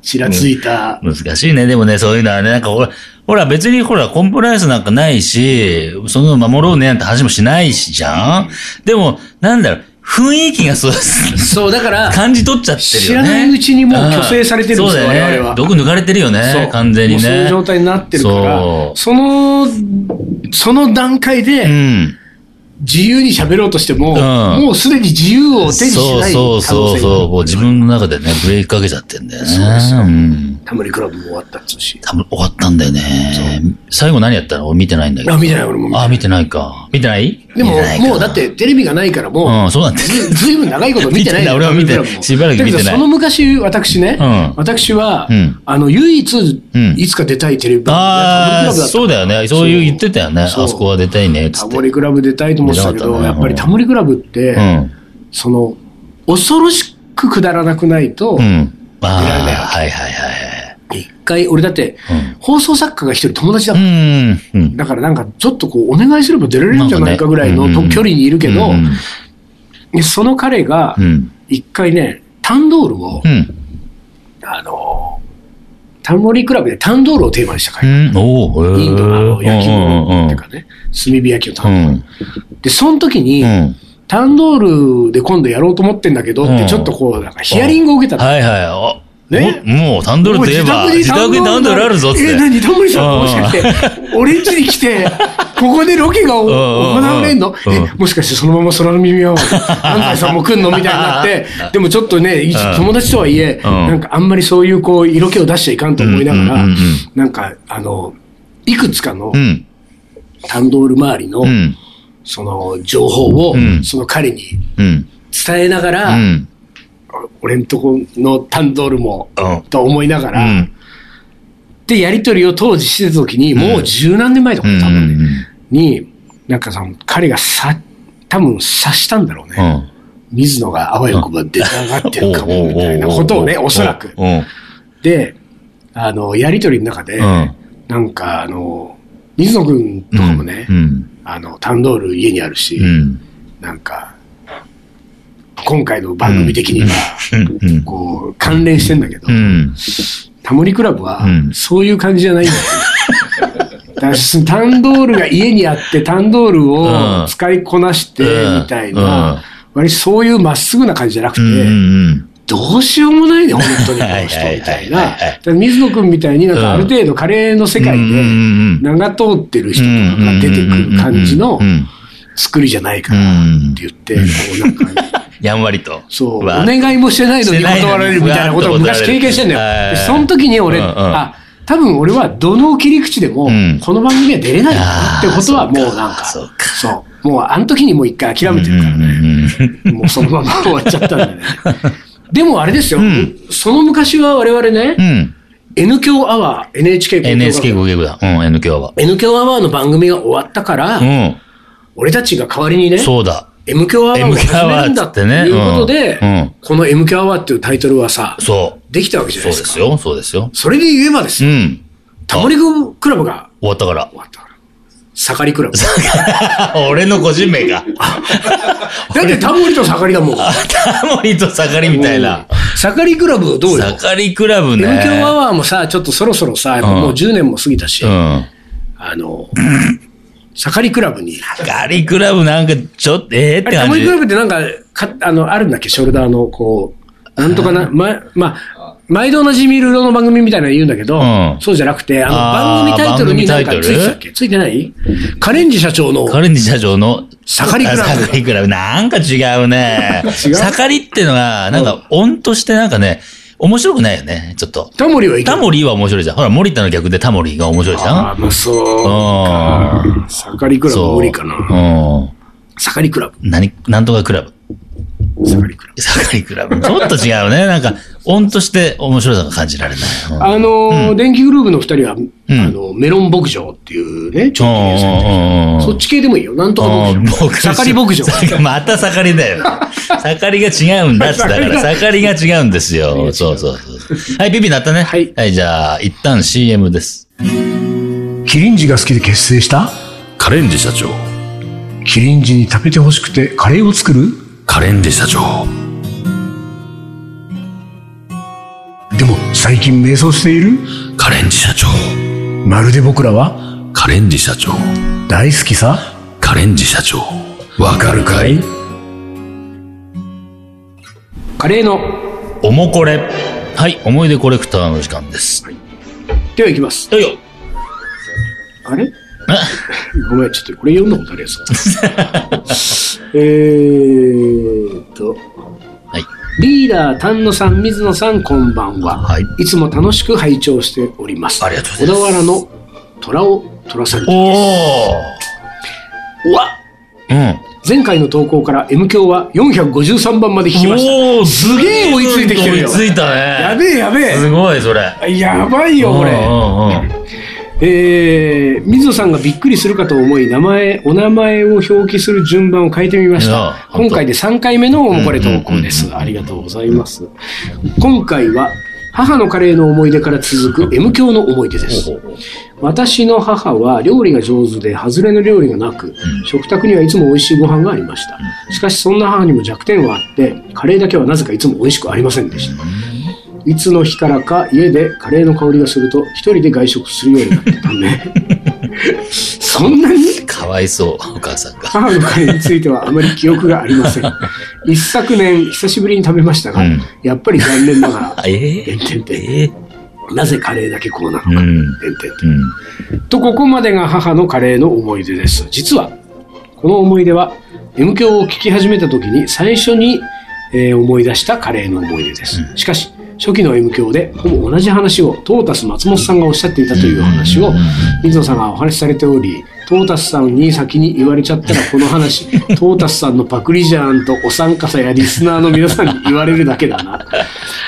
[SPEAKER 1] ちらついた。
[SPEAKER 2] 難しいね。でもね、そういうのはね、なんかほら、ほら別にほら、コンプライアンスなんかないし、その守ろうねなんて話もしないしじゃんでも、なんだろう、雰囲気がそう、
[SPEAKER 1] そう、だから、
[SPEAKER 2] 感じ取っちゃってるよね。
[SPEAKER 1] 知らないうちにもう
[SPEAKER 2] ああ
[SPEAKER 1] 虚勢されてるんですよ
[SPEAKER 2] そうだよ
[SPEAKER 1] 我
[SPEAKER 2] ね。
[SPEAKER 1] 々は
[SPEAKER 2] 毒抜かれてるよ
[SPEAKER 1] そう
[SPEAKER 2] ね、完全に
[SPEAKER 1] もう
[SPEAKER 2] ね。
[SPEAKER 1] そういう状態になってるから
[SPEAKER 2] そ、
[SPEAKER 1] その、その段階
[SPEAKER 2] う
[SPEAKER 1] で
[SPEAKER 2] ん。
[SPEAKER 1] 自由に喋ろうとしても、
[SPEAKER 2] ん
[SPEAKER 1] もうすでに自由を手にしない可
[SPEAKER 2] そ
[SPEAKER 1] 能性
[SPEAKER 2] う
[SPEAKER 1] が
[SPEAKER 2] そうそうそう。もう自分の中でね、ブレーキかけちゃってんだよね。
[SPEAKER 1] そうですよ
[SPEAKER 2] ん。
[SPEAKER 1] タモリクラブも終わったっつうし。
[SPEAKER 2] 多分終わったんだよね。最後何やったの俺見てないんだけど。
[SPEAKER 1] あ見てない俺も見てない
[SPEAKER 2] あ、見てないか。見てない
[SPEAKER 1] でも
[SPEAKER 2] 見てない、か
[SPEAKER 1] もうだってテレビがないからもう、
[SPEAKER 2] うん、そうなん だよ。
[SPEAKER 1] ずずいぶん長いこと見てない
[SPEAKER 2] 見てない俺は見てな
[SPEAKER 1] タモ
[SPEAKER 2] い
[SPEAKER 1] リクラブ
[SPEAKER 2] しばらく見てない
[SPEAKER 1] だけどその昔、私ね、
[SPEAKER 2] うん
[SPEAKER 1] 私は、
[SPEAKER 2] うん
[SPEAKER 1] あの、唯一
[SPEAKER 2] うん、
[SPEAKER 1] いつか出たいテレビ番
[SPEAKER 2] ああ、
[SPEAKER 1] 組が
[SPEAKER 2] そうだよね。そういう言ってたよね。あ
[SPEAKER 1] そう
[SPEAKER 2] そこは出たいね、つ
[SPEAKER 1] タ
[SPEAKER 2] って。
[SPEAKER 1] モ
[SPEAKER 2] うん。
[SPEAKER 1] リクラブ出たいと思ってたけど、
[SPEAKER 2] 出なか
[SPEAKER 1] や
[SPEAKER 2] ったな
[SPEAKER 1] っぱりタモリクラブって、その、恐ろしくくだらなくないと
[SPEAKER 2] う、ん。あ
[SPEAKER 1] 出られないわ
[SPEAKER 2] あ、はいはいはい。
[SPEAKER 1] 一回、俺だって
[SPEAKER 2] うん、
[SPEAKER 1] 放送作家が一人友達だ
[SPEAKER 2] う、ん。うん。
[SPEAKER 1] だからなんか、ちょっとこう、お願いすれば出られるんじゃないかぐらいの
[SPEAKER 2] なんかねうん
[SPEAKER 1] と距離にいるけど
[SPEAKER 2] う、ん
[SPEAKER 1] でその彼が
[SPEAKER 2] う、ん。
[SPEAKER 1] 一回ね、タンドールを
[SPEAKER 2] うん。
[SPEAKER 1] タモリクラブでタンドールをテーマにした
[SPEAKER 2] う
[SPEAKER 1] 回。
[SPEAKER 2] ん、おーへー
[SPEAKER 1] インドの焼き物っていうかね、炭火焼きのタ
[SPEAKER 2] う
[SPEAKER 1] ンドール。
[SPEAKER 2] ん
[SPEAKER 1] で、その時に、
[SPEAKER 2] うん。うん。
[SPEAKER 1] タンドールで今度やろうと思ってんだけどって、ちょっとこう、なんかヒアリングを受けたの。
[SPEAKER 2] はいはい。お
[SPEAKER 1] ね
[SPEAKER 2] ももう、タンドルといえば、
[SPEAKER 1] お前
[SPEAKER 2] 自宅にタンドルあるぞって。
[SPEAKER 1] え、何、タモリさ
[SPEAKER 2] うん
[SPEAKER 1] ん、もしかして、 俺ん家に来て、ここでロケがお
[SPEAKER 2] うん
[SPEAKER 1] 行われんの
[SPEAKER 2] うん
[SPEAKER 1] え、もしかしてそのまま空の耳を、安西さんも来んのみたいにな って、でもちょっとね、一
[SPEAKER 2] うん
[SPEAKER 1] 友達とはいえ、
[SPEAKER 2] うん
[SPEAKER 1] なんかあんまりそういうこう、色気を出しちゃいかんと思いなが
[SPEAKER 2] うん
[SPEAKER 1] ら
[SPEAKER 2] うんうんうん、
[SPEAKER 1] なんか、あの、いくつかの
[SPEAKER 2] うん。
[SPEAKER 1] タンドール周りの
[SPEAKER 2] う、ん。
[SPEAKER 1] その、情報を
[SPEAKER 2] うん、
[SPEAKER 1] その彼に
[SPEAKER 2] うん。
[SPEAKER 1] 伝えなが
[SPEAKER 2] う
[SPEAKER 1] ら、
[SPEAKER 2] ん。
[SPEAKER 1] 俺んとこのタンドールも、
[SPEAKER 2] うん
[SPEAKER 1] と思いなが
[SPEAKER 2] う
[SPEAKER 1] ら、
[SPEAKER 2] ん。
[SPEAKER 1] で、やりとりを当時してた時に、もう十何年前とか、
[SPEAKER 2] うん。
[SPEAKER 1] 多
[SPEAKER 2] う
[SPEAKER 1] 分ね、
[SPEAKER 2] ん。
[SPEAKER 1] に、なんかさ、彼がさ、多分察したんだろう
[SPEAKER 2] う
[SPEAKER 1] ね。
[SPEAKER 2] ん。
[SPEAKER 1] 水野があわよくば出たがってるかも、みたいなことをね、おそらく。
[SPEAKER 2] うん。
[SPEAKER 1] で、あの、やりとりの中で、
[SPEAKER 2] うん。
[SPEAKER 1] なんかあの、水野くんとかもね、
[SPEAKER 2] うん。
[SPEAKER 1] あの、タンドール家にあるし、
[SPEAKER 2] うん。
[SPEAKER 1] なんか、今回の番組的には、
[SPEAKER 2] うん。
[SPEAKER 1] こう、関連してんだけど、
[SPEAKER 2] うん。
[SPEAKER 1] タモリクラブは
[SPEAKER 2] うん、
[SPEAKER 1] そういう感じじゃないんだよ。 だからそのタンドールが家にあって、タンドール
[SPEAKER 2] うん
[SPEAKER 1] を使いこなして、
[SPEAKER 2] うん
[SPEAKER 1] みたい
[SPEAKER 2] うん
[SPEAKER 1] な、割にそういうまっすぐな感じじゃなく
[SPEAKER 2] う
[SPEAKER 1] て、
[SPEAKER 2] ん。
[SPEAKER 1] どうしようもないね、本当 にこの人みたいな。だから水野くんみたいになんかある程度カレーの世界
[SPEAKER 2] うん
[SPEAKER 1] で、名が通ってる人とかが出てくる感じの
[SPEAKER 2] うん。
[SPEAKER 1] 作りじゃないか
[SPEAKER 2] う
[SPEAKER 1] ら
[SPEAKER 2] ん
[SPEAKER 1] って言って、こうなんか、
[SPEAKER 2] やんわりと。
[SPEAKER 1] そう、お
[SPEAKER 2] わ
[SPEAKER 1] 願いもしてないのに断られるみたいなことを昔経験してんだ
[SPEAKER 2] はい
[SPEAKER 1] よ。でその時に俺、
[SPEAKER 2] うんうん
[SPEAKER 1] あ、多分俺はどの切り口でも
[SPEAKER 2] うん、
[SPEAKER 1] この番組は出れないんだ
[SPEAKER 2] あ
[SPEAKER 1] って
[SPEAKER 2] ー
[SPEAKER 1] ことはもう
[SPEAKER 2] そうか
[SPEAKER 1] なんか、
[SPEAKER 2] そうか
[SPEAKER 1] そう。もうあの時にもう一回諦めてるからね。もうそのまま終わっちゃったん だよね。でもあれですよ、
[SPEAKER 2] ん
[SPEAKER 1] その昔は我々ね、
[SPEAKER 2] うん
[SPEAKER 1] N 響アワー、NHK 高校
[SPEAKER 2] NSK 語劇だ。うん、N 響は。
[SPEAKER 1] N 響アワーの番組が終わったから、
[SPEAKER 2] う
[SPEAKER 1] 俺たちが代わりにね
[SPEAKER 2] ん、、そうだ。
[SPEAKER 1] M 響アワーを
[SPEAKER 2] M 響ア
[SPEAKER 1] 始め
[SPEAKER 2] ワー
[SPEAKER 1] るんだっていうこと
[SPEAKER 2] っつってねうんうん
[SPEAKER 1] で、この M 響アワーっていうタイトルはさ、
[SPEAKER 2] そ
[SPEAKER 1] できたわけ
[SPEAKER 2] う。
[SPEAKER 1] じゃな
[SPEAKER 2] そ
[SPEAKER 1] いうです
[SPEAKER 2] で
[SPEAKER 1] か。
[SPEAKER 2] すよ。そうですよ。
[SPEAKER 1] それで言えばです
[SPEAKER 2] う
[SPEAKER 1] ね、
[SPEAKER 2] ん。
[SPEAKER 1] タモリクラブが
[SPEAKER 2] 終わったから
[SPEAKER 1] 終。わったから。盛りクラブ。
[SPEAKER 2] 俺の個人名が。
[SPEAKER 1] だってタモリと盛りだもん。
[SPEAKER 2] タモリと盛りみたいな。
[SPEAKER 1] 盛りクラブどうよ。
[SPEAKER 2] 盛りクラブ
[SPEAKER 1] M 響ア
[SPEAKER 2] ね。
[SPEAKER 1] ワーもさ、ちょっとそろそろさ、やっぱもう10年も過ぎたし、
[SPEAKER 2] うん。
[SPEAKER 1] あの、盛りクラブに。
[SPEAKER 2] 盛りクラブなんかちょっと、ええっ
[SPEAKER 1] あ
[SPEAKER 2] て
[SPEAKER 1] れタ
[SPEAKER 2] 感
[SPEAKER 1] モ
[SPEAKER 2] じ
[SPEAKER 1] リク。ラブってなんか、かあの、あるんだっけショルダーの、こう、なんとかな、ま、まあ、毎度おなじみ色の番組みたいなの言うんだけど、
[SPEAKER 2] うん
[SPEAKER 1] そうじゃなくて、あの、
[SPEAKER 2] あ
[SPEAKER 1] 番
[SPEAKER 2] ー
[SPEAKER 1] 組タイトルになんか
[SPEAKER 2] 番組
[SPEAKER 1] つ
[SPEAKER 2] タイ
[SPEAKER 1] いて
[SPEAKER 2] トル
[SPEAKER 1] たっけついてないカレンジ社長の、
[SPEAKER 2] カレンジ社長の。
[SPEAKER 1] 盛りクラブ
[SPEAKER 2] あ盛りクラブ。なんか違うね。
[SPEAKER 1] 違う
[SPEAKER 2] 盛りってのは、なんか音としてなんかね、面白くないよね。ちょっと。
[SPEAKER 1] タモリはいけ
[SPEAKER 2] タモリは面白いじゃん。ほら、森田の逆でタモリが面白いじゃ
[SPEAKER 1] ああ、
[SPEAKER 2] ん。
[SPEAKER 1] まあそうか。盛りクラブは無理かな。
[SPEAKER 2] う
[SPEAKER 1] 盛りクラブ。
[SPEAKER 2] ん。何、なんとかクラブ。
[SPEAKER 1] 盛りクラブ。
[SPEAKER 2] 盛りクラブ。ちょっと違うね。なんか、音として面白さが感じられない。うん
[SPEAKER 1] あのー電気グルーブの二人は、
[SPEAKER 2] ん
[SPEAKER 1] あの、メロン牧場っていうね、ちょ
[SPEAKER 2] うんうんうん
[SPEAKER 1] そっち系でもいいよ。なんとか牧場。盛り牧場。
[SPEAKER 2] さまた盛りだよ。盛りが違うんだっ つだから、盛りが違うんですよ。そうそうそう。はい、ピピなったね。
[SPEAKER 1] はい
[SPEAKER 2] はい、じゃあ、一旦 CM です。
[SPEAKER 1] キリンジが好きで結成した
[SPEAKER 3] カレンジ社長
[SPEAKER 1] キリンジに食べてほしくてカレーを作る
[SPEAKER 3] カレンジ社長
[SPEAKER 1] でも最近迷走している
[SPEAKER 3] カレンジ社長
[SPEAKER 1] まるで僕らは
[SPEAKER 3] カレンジ社長
[SPEAKER 1] 大好きさ。
[SPEAKER 3] カレンジ社長わかるかい
[SPEAKER 1] カレーの。
[SPEAKER 2] おもこれ。はい、思い出コレクターの時間です。
[SPEAKER 1] ではいきます。
[SPEAKER 2] よいよ。
[SPEAKER 1] あ れ
[SPEAKER 2] あ
[SPEAKER 1] ごめん、ちょっとこれ読んだことあるやつだ。えーっと。
[SPEAKER 2] はい。
[SPEAKER 1] リーダー丹野さん水野さんこんばんは、
[SPEAKER 2] はい
[SPEAKER 1] い、つも楽しく拝聴しております
[SPEAKER 2] ありがとうございます
[SPEAKER 1] 小田原の虎を虎さん
[SPEAKER 2] お
[SPEAKER 1] うわ
[SPEAKER 2] ー。うん。
[SPEAKER 1] 前回の投稿から M 響は453番まで聞きました
[SPEAKER 2] おー
[SPEAKER 1] すげえ追いついてきてるよ
[SPEAKER 2] 追いついたね。
[SPEAKER 1] やべえやべ
[SPEAKER 2] すごい、それ。
[SPEAKER 1] えやばいよこ
[SPEAKER 2] う
[SPEAKER 1] れ
[SPEAKER 2] んうんうん
[SPEAKER 1] えー、水野さんがびっくりするかと思い名前お名前を表記する順番を変えてみまし
[SPEAKER 2] いや
[SPEAKER 1] た
[SPEAKER 2] 本当
[SPEAKER 1] 今回で3回目のおもこれ投稿です、ありがとうございます、今回は母のカレーの思い出から続く M 響の思い出です私の母は料理が上手で外れの料理がなく、食卓にはいつも美味しいご飯がありました、しかしそんな母にも弱点はあってカレーだけはなぜかいつも美味しくありませんでした、いつの日からか家でカレーの香りがすると一人で外食するようになったためそんなに
[SPEAKER 2] かわいそう、お母さんが。
[SPEAKER 1] 母のカレーについてはあまり記憶がありません一昨年久しぶりに食べましたが、
[SPEAKER 2] うん
[SPEAKER 1] やっぱり残念ながら
[SPEAKER 2] あえ
[SPEAKER 1] 点
[SPEAKER 2] ー、
[SPEAKER 1] 々点
[SPEAKER 2] えー
[SPEAKER 1] なぜカレーだけこうなのか、
[SPEAKER 2] うん。うん。
[SPEAKER 1] 点々点とここまでが母のカレーの思い出です実はこの思い出は M 響を聞き始めた時に最初に、えー思い出したカレーの思い出です、しかし初期の M 響でほぼ同じ話をトータス松本さんがおっしゃっていたという話を水野さんがお話しされておりトータスさんに先に言われちゃったらこの 話トータスさんのパクリじゃんとお参加者やリスナーの皆さんに言われるだけだな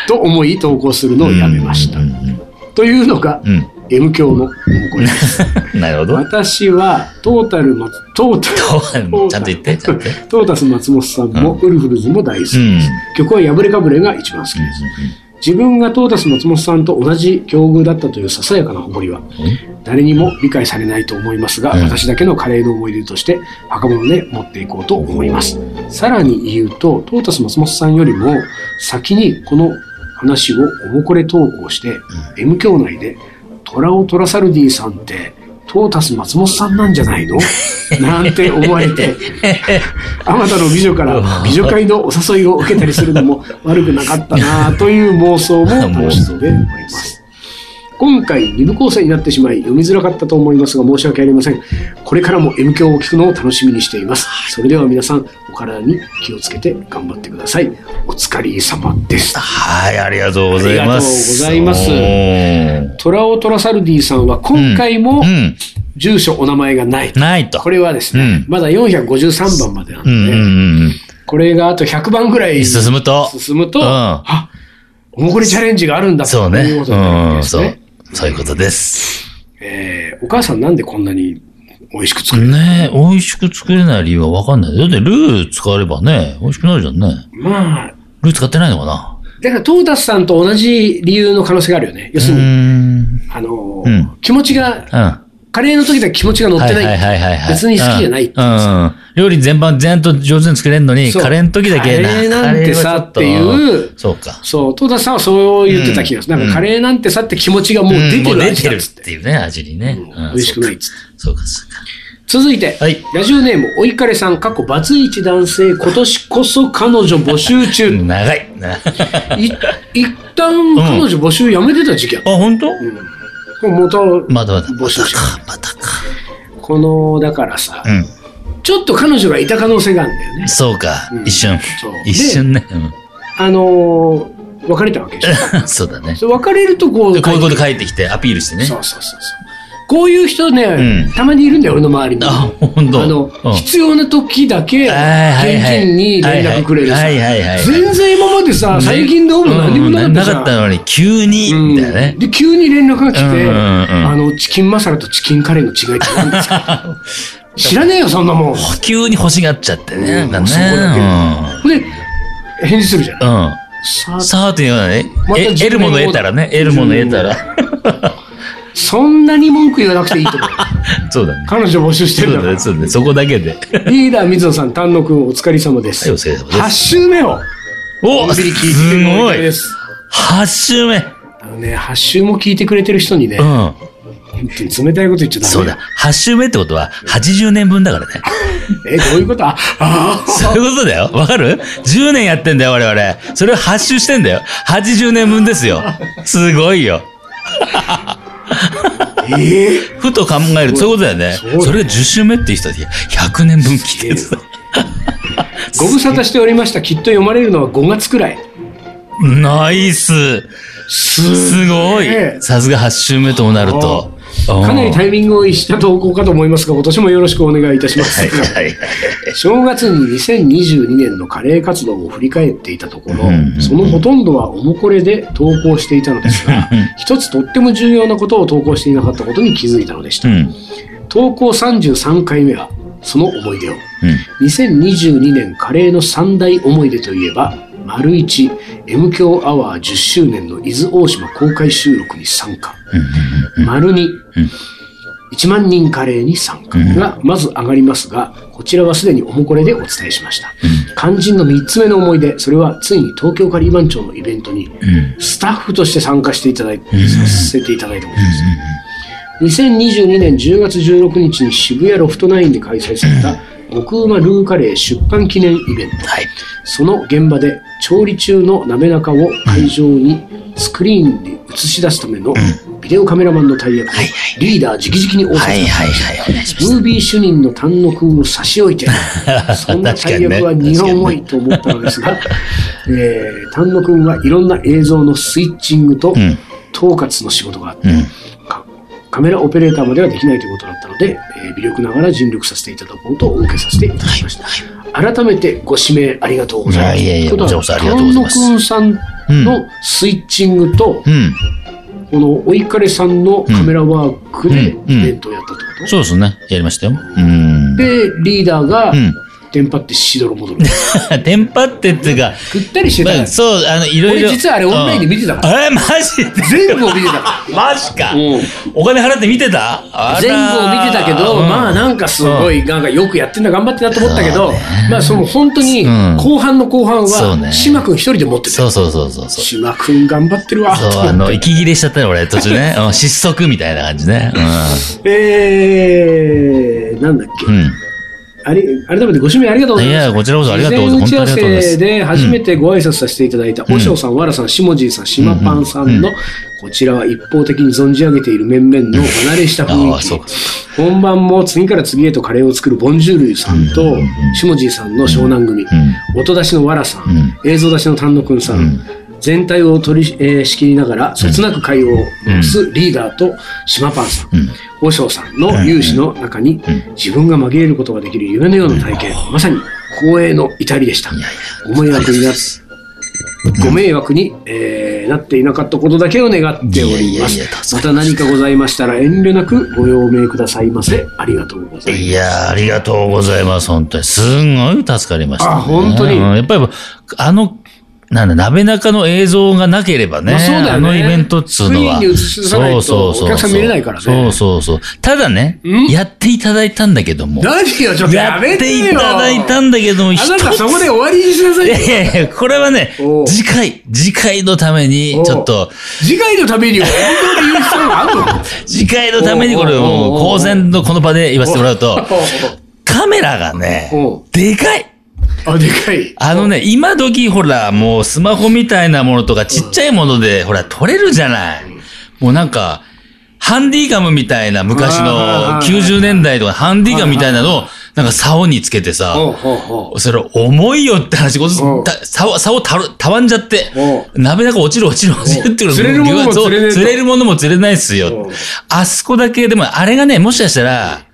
[SPEAKER 1] と思い投稿するのをやめました、
[SPEAKER 2] うんうん
[SPEAKER 1] というのが
[SPEAKER 2] うん
[SPEAKER 1] M 響の誇りです
[SPEAKER 2] うん。なるほど。
[SPEAKER 1] 私はトータル松トータル
[SPEAKER 2] とちゃんと言って、 ちゃんと。
[SPEAKER 1] トータス松本さんも、ウルフルズも大好きです、
[SPEAKER 2] うん
[SPEAKER 1] 曲は「破れかぶれ」が一番好きです、自分がトータス松本さんと同じ境遇だったというささやかな誇りは誰にも理解されないと思いますが、
[SPEAKER 2] うん
[SPEAKER 1] 私だけのカレーの思い出として墓物で持っていこうと思いますさらに言うとトータス松本さんよりも先にこの話をおもこれ投稿して、M 教内で「トラオトラサルディさんってトータス松本さんなんじゃないの? 」なんて思われてあまたの美女から美女会のお誘いを受けたりするのも悪くなかったなという妄想も楽しんでおります。今回2部構成になってしまい読みづらかったと思いますが申し訳ありません。これからも M 響を聞くのを楽しみにしています。それでは皆さんお体に気をつけて頑張ってください。お疲れ様です。
[SPEAKER 2] はい、ありがとうございます。
[SPEAKER 1] ありがとうござ
[SPEAKER 2] ざいま
[SPEAKER 1] トラオトラサルディさんは今回も
[SPEAKER 2] うん。
[SPEAKER 1] 住所お名前がない。
[SPEAKER 2] ないと。
[SPEAKER 1] これはですね、
[SPEAKER 2] う
[SPEAKER 1] まだ453番までなんで、
[SPEAKER 2] うんうんうん
[SPEAKER 1] これがあと100番ぐら
[SPEAKER 2] うん。
[SPEAKER 1] い
[SPEAKER 2] 進むと。
[SPEAKER 1] 進むと、
[SPEAKER 2] うん
[SPEAKER 1] あおもこれチャレンジがあるんだと
[SPEAKER 2] そうね。
[SPEAKER 1] いうことになるわけ
[SPEAKER 2] う
[SPEAKER 1] で
[SPEAKER 2] ん、
[SPEAKER 1] す
[SPEAKER 2] そ
[SPEAKER 1] ね
[SPEAKER 2] う。。そういうことです。
[SPEAKER 1] えーお母さんなんでこんなに美味しく作る、
[SPEAKER 2] ねえ、美味しく作れない理由はわかんない。だってルー使えればね、美味しくなるじゃんね。
[SPEAKER 1] まあ、
[SPEAKER 2] ルー使ってないのかな
[SPEAKER 1] だからトータスさんと同じ理由の可能性があるよね。要す
[SPEAKER 2] うー
[SPEAKER 1] るに、
[SPEAKER 2] ん。
[SPEAKER 1] あのー、
[SPEAKER 2] うん
[SPEAKER 1] 気持ちが、
[SPEAKER 2] うん。
[SPEAKER 1] カレーの時だけ気持ちが乗ってない。
[SPEAKER 2] はいはいはいはい。
[SPEAKER 1] 別に好きじゃないって
[SPEAKER 2] うん。うん料理全般、全と上手に作れるのに、
[SPEAKER 1] そう
[SPEAKER 2] カレーの時だけ
[SPEAKER 1] カレーなんてさってい。
[SPEAKER 2] カレーはちょ
[SPEAKER 1] う
[SPEAKER 2] っと、そうか。
[SPEAKER 1] そう、トータスさんはそう言ってた気がする。
[SPEAKER 2] うん
[SPEAKER 1] なんかカレーなんてさって気持ちがもう出て
[SPEAKER 2] うんも
[SPEAKER 1] る
[SPEAKER 2] う出
[SPEAKER 1] 味
[SPEAKER 2] て
[SPEAKER 1] だ
[SPEAKER 2] る
[SPEAKER 1] っつっ。
[SPEAKER 2] ってていうね、味にね。
[SPEAKER 1] うん美味しくないっつって。
[SPEAKER 2] そうか、そうか。
[SPEAKER 1] 続いて、
[SPEAKER 2] はい
[SPEAKER 1] ラジオネーム、おいかれさん、過去バツイチ男性、今年こそ彼女募集中。
[SPEAKER 2] 長い。なあ、
[SPEAKER 1] い一旦彼女募集やめてた時期あった、
[SPEAKER 2] 本当
[SPEAKER 1] もう元
[SPEAKER 2] まだまだ。
[SPEAKER 1] 募集し
[SPEAKER 2] ま
[SPEAKER 1] た
[SPEAKER 2] たか、またか。
[SPEAKER 1] このだからさ、
[SPEAKER 2] う
[SPEAKER 1] ちょっと彼女がいた可能性があるんだよね
[SPEAKER 2] ん。そうか
[SPEAKER 1] うん。
[SPEAKER 2] 一瞬
[SPEAKER 1] そう。
[SPEAKER 2] 一瞬ね。
[SPEAKER 1] あのー別れたわけでし
[SPEAKER 2] うん そうだね。
[SPEAKER 1] ょそう別れるとこう
[SPEAKER 2] でこういうこと書いてきて、アピールしてね。
[SPEAKER 1] そうそうそうそうこういう人ね、
[SPEAKER 2] うん
[SPEAKER 1] たまにいるんだよ俺の周りに
[SPEAKER 2] あ、本当。
[SPEAKER 1] あの、
[SPEAKER 2] うん
[SPEAKER 1] 必要な時だけ、現
[SPEAKER 2] はいはいはい
[SPEAKER 1] 金に連絡くれるさ。
[SPEAKER 2] はいはいはいはい
[SPEAKER 1] 全然今までさ、最近どうも何もなかったじゃん。
[SPEAKER 2] うんなかったのに、急に、
[SPEAKER 1] うん
[SPEAKER 2] みたいなね。
[SPEAKER 1] で、急に連絡が来て、
[SPEAKER 2] うんうんうん
[SPEAKER 1] あの、チキンマサラとチキンカレーの違いって何ですか 知らねえよ、そんなもん。で、
[SPEAKER 2] 急に欲しがっちゃってね。
[SPEAKER 1] う
[SPEAKER 2] なんんか
[SPEAKER 1] そこだけ
[SPEAKER 2] ね。
[SPEAKER 1] 返事するじゃん。
[SPEAKER 2] うん。うん
[SPEAKER 1] さあ
[SPEAKER 2] さあというのはね
[SPEAKER 1] ま、た
[SPEAKER 2] え
[SPEAKER 1] 10
[SPEAKER 2] 得るもの得たらね、得るもの得たら。
[SPEAKER 1] そんなに文句言わなくていいと思う。
[SPEAKER 2] そうだね。
[SPEAKER 1] 彼女募集して
[SPEAKER 2] そう
[SPEAKER 1] るんだ
[SPEAKER 2] だ
[SPEAKER 1] から
[SPEAKER 2] ね、。そうだね。そこだけで。
[SPEAKER 1] リーダー水野さん、丹野くん、お疲れ様です。
[SPEAKER 2] はいお疲れ様です
[SPEAKER 1] 8週目を、
[SPEAKER 2] お
[SPEAKER 1] び
[SPEAKER 2] す
[SPEAKER 1] り聞いてくれるお
[SPEAKER 2] ご
[SPEAKER 1] かげで
[SPEAKER 2] い
[SPEAKER 1] す。
[SPEAKER 2] !8 周目
[SPEAKER 1] あのね、8週も聞いてくれてる人にね、
[SPEAKER 2] うん。
[SPEAKER 1] 本当に冷たいこと言っちゃダメ。
[SPEAKER 2] そうだ。。8周目ってことは、80年分だからね。
[SPEAKER 1] え、どういうことあ、あー
[SPEAKER 2] そういうことだよ。わかる ?10 年やってんだよ、我々。それを8周してんだよ。80年分ですよ。すごいよ。
[SPEAKER 1] ええ
[SPEAKER 2] ふと考えると、そういうことだよね。
[SPEAKER 1] そうだね
[SPEAKER 2] それが10周目っていう人は、100年分来てる。
[SPEAKER 1] ご無沙汰しておりました。きっと読まれるのは5月くらい。
[SPEAKER 2] ナイスすごい
[SPEAKER 1] ねえ
[SPEAKER 2] さすが8周目ともなると。うん
[SPEAKER 1] かなりタイミングを逸した投稿かと思いますが、今年もよろしくお願いいたします。
[SPEAKER 2] はい
[SPEAKER 1] 正月に2022年のカレー活動を振り返っていたところ、
[SPEAKER 2] うん
[SPEAKER 1] そのほとんどはおもこれで投稿していたのです が、一つとっても重要なことを投稿していなかったことに気づいたのでし
[SPEAKER 2] う
[SPEAKER 1] た。
[SPEAKER 2] ん。
[SPEAKER 1] 投稿33回目は、その思い出を。
[SPEAKER 2] うん。
[SPEAKER 1] 2022年カレーの三大思い出といえば、丸一 M 強アワー10周年の伊豆大島公開収録に参加。
[SPEAKER 2] うん
[SPEAKER 1] 丸二
[SPEAKER 2] うん
[SPEAKER 1] 1万人カレーに参加がまず上がりますが、こちらはすでにおもこれでお伝えしました。肝心の3つ目の思い出、それはついに東京カリー番長のイベントにスタッフとして参加していただいさせていただいたことです。2022年10月16日に渋谷ロフトナインで開催された極うまルーカレー出版記念イベント。
[SPEAKER 2] はい。
[SPEAKER 1] その現場で調理中の鍋中を会場にスクリーンで映し出すためのビデオカメラマンの大役をリーダー直々に応
[SPEAKER 2] はい
[SPEAKER 1] 接
[SPEAKER 2] はいはい。お願いします。
[SPEAKER 1] ムービー主任の丹野くんを差し 置いて、そんな大役は二本多いと思ったのですが、えー丹野くんはいろんな映像のスイッチングと
[SPEAKER 2] ん
[SPEAKER 1] 統括の仕事があって、
[SPEAKER 2] うん。
[SPEAKER 1] かカメラオペレーターまではできないということだったので、えー微力ながら尽力させていただこうとお受けさせていただきました。改めてご指名ありがとうございます。
[SPEAKER 2] いやいやいや
[SPEAKER 1] とうこと
[SPEAKER 2] こちら
[SPEAKER 1] は
[SPEAKER 2] こそありがとうございます
[SPEAKER 1] 丹野くんさんのスイッチングと、
[SPEAKER 2] うん。
[SPEAKER 1] このおいかれさんのカメラワークでイ
[SPEAKER 2] うんうん
[SPEAKER 1] ベントをやったってこと、
[SPEAKER 2] そうですね。やりましたよ。うん。
[SPEAKER 1] で、リーダーが、
[SPEAKER 2] ん
[SPEAKER 1] テンパってしどろもどろ。
[SPEAKER 2] テンパってっていうか、
[SPEAKER 1] ぐったりしてたか
[SPEAKER 2] ま
[SPEAKER 1] ら
[SPEAKER 2] あ、。そう、あの、いろい
[SPEAKER 1] 俺
[SPEAKER 2] ろ。。
[SPEAKER 1] 実はあれオンラインで見てたから
[SPEAKER 2] え、マジで
[SPEAKER 1] 全部を見てたか
[SPEAKER 2] マジか、
[SPEAKER 1] うん
[SPEAKER 2] お金払って見てた
[SPEAKER 1] ら。
[SPEAKER 2] あら
[SPEAKER 1] 全部を見てたけど、
[SPEAKER 2] うん
[SPEAKER 1] まあなんかすごい、なんかよくやってんだ、頑張ってんなと思ったけど、まあその本当に、
[SPEAKER 2] うん
[SPEAKER 1] 後半の後半
[SPEAKER 2] そうね
[SPEAKER 1] は、島君一人で持ってた
[SPEAKER 2] そ
[SPEAKER 1] よ。
[SPEAKER 2] うそうそうそうそう。
[SPEAKER 1] 島君頑張ってるわ。
[SPEAKER 2] そう、
[SPEAKER 1] と
[SPEAKER 2] あ
[SPEAKER 1] 思っ
[SPEAKER 2] の、
[SPEAKER 1] て
[SPEAKER 2] 息切れしちゃったの俺、途中 ね。うん失速みたいな感じね。
[SPEAKER 1] えー、なんだっけ。
[SPEAKER 2] うん。うん。
[SPEAKER 1] あり改めてご指名ありがとうございます。
[SPEAKER 2] いやこちらこそありがとうございます
[SPEAKER 1] 事前打ち合わせ
[SPEAKER 2] 本当に
[SPEAKER 1] で初めてご挨拶させていただいた、おしょうさん、わらさん、しもじいさん、しまぱんさんの、こちらは一方的に存じ上げている面々の離れした
[SPEAKER 2] ああ
[SPEAKER 1] 雰
[SPEAKER 2] そう
[SPEAKER 1] 囲
[SPEAKER 2] か
[SPEAKER 1] 気。本番も次から次へとカレーを作るボンジュールさんと、しもじいさんの湘南組、音出しのわらさん、映像出しの丹野くんさん、全体を取り、えー仕切りながら、そつなく会を回すリーダーと島パンさん、和尚さんの有志の中に、自分が紛れることができる夢のような体験、まさに光栄の至りでした。ご迷惑になご迷惑に、えーなっていなかったことだけを願っております。
[SPEAKER 2] いやいやいや助
[SPEAKER 1] ま
[SPEAKER 2] か
[SPEAKER 1] た何かございましたら遠慮なくご用命くださいませ。ありがとうございます。
[SPEAKER 2] いやーありがとうございます。本当に。すんごい助かりました、
[SPEAKER 1] あ本当に
[SPEAKER 2] うんやっぱり、あの、なんだ、鍋中の映像がなければね。
[SPEAKER 1] まあそうだよね
[SPEAKER 2] あのイベントっつうのは。
[SPEAKER 1] スクリーンに映し出さないと
[SPEAKER 2] そうそうそうそう
[SPEAKER 1] お客さん見れないからね
[SPEAKER 2] そうそうそう。ただね、やっていただいたんだけども。
[SPEAKER 1] 何よ、ちょっと
[SPEAKER 2] や
[SPEAKER 1] や
[SPEAKER 2] っ
[SPEAKER 1] めてよ。
[SPEAKER 2] ていただいたんだけども、
[SPEAKER 1] あなたそこで終わりにしなさ
[SPEAKER 2] い
[SPEAKER 1] い
[SPEAKER 2] や
[SPEAKER 1] よ。
[SPEAKER 2] いやいや、これはね
[SPEAKER 1] お、う
[SPEAKER 2] 次回、次回のために
[SPEAKER 1] お、う
[SPEAKER 2] ちょっと、
[SPEAKER 1] 次回のためには本当に言う必要があるのか
[SPEAKER 2] 次回のためにこれ
[SPEAKER 1] おうおうおう
[SPEAKER 2] もう、公然のこの場で言わせてもらうと、
[SPEAKER 1] お
[SPEAKER 2] カメラがね
[SPEAKER 1] おう、
[SPEAKER 2] でかい
[SPEAKER 1] あ、でかい。
[SPEAKER 2] あのね、今時ほら、もうスマホみたいなものとかちっちゃいもので、ほら、撮れるじゃない。もうなんか、ハンディガムみたいな昔の
[SPEAKER 1] あー
[SPEAKER 2] 90年代とかハンディガムみたいなのを、なんか竿につけてさ、
[SPEAKER 1] ほうほうほう
[SPEAKER 2] それ重いよって話、こ
[SPEAKER 1] う
[SPEAKER 2] そ
[SPEAKER 1] ん
[SPEAKER 2] た竿竿たるたわんじゃって、鍋中落ちる落ちる落ちるっていうの
[SPEAKER 1] 釣れるものも釣れねえと
[SPEAKER 2] 釣れるものも釣れないっす
[SPEAKER 1] う
[SPEAKER 2] よ
[SPEAKER 1] ん。
[SPEAKER 2] あそこだけ、でもあれがね、もしかしたら、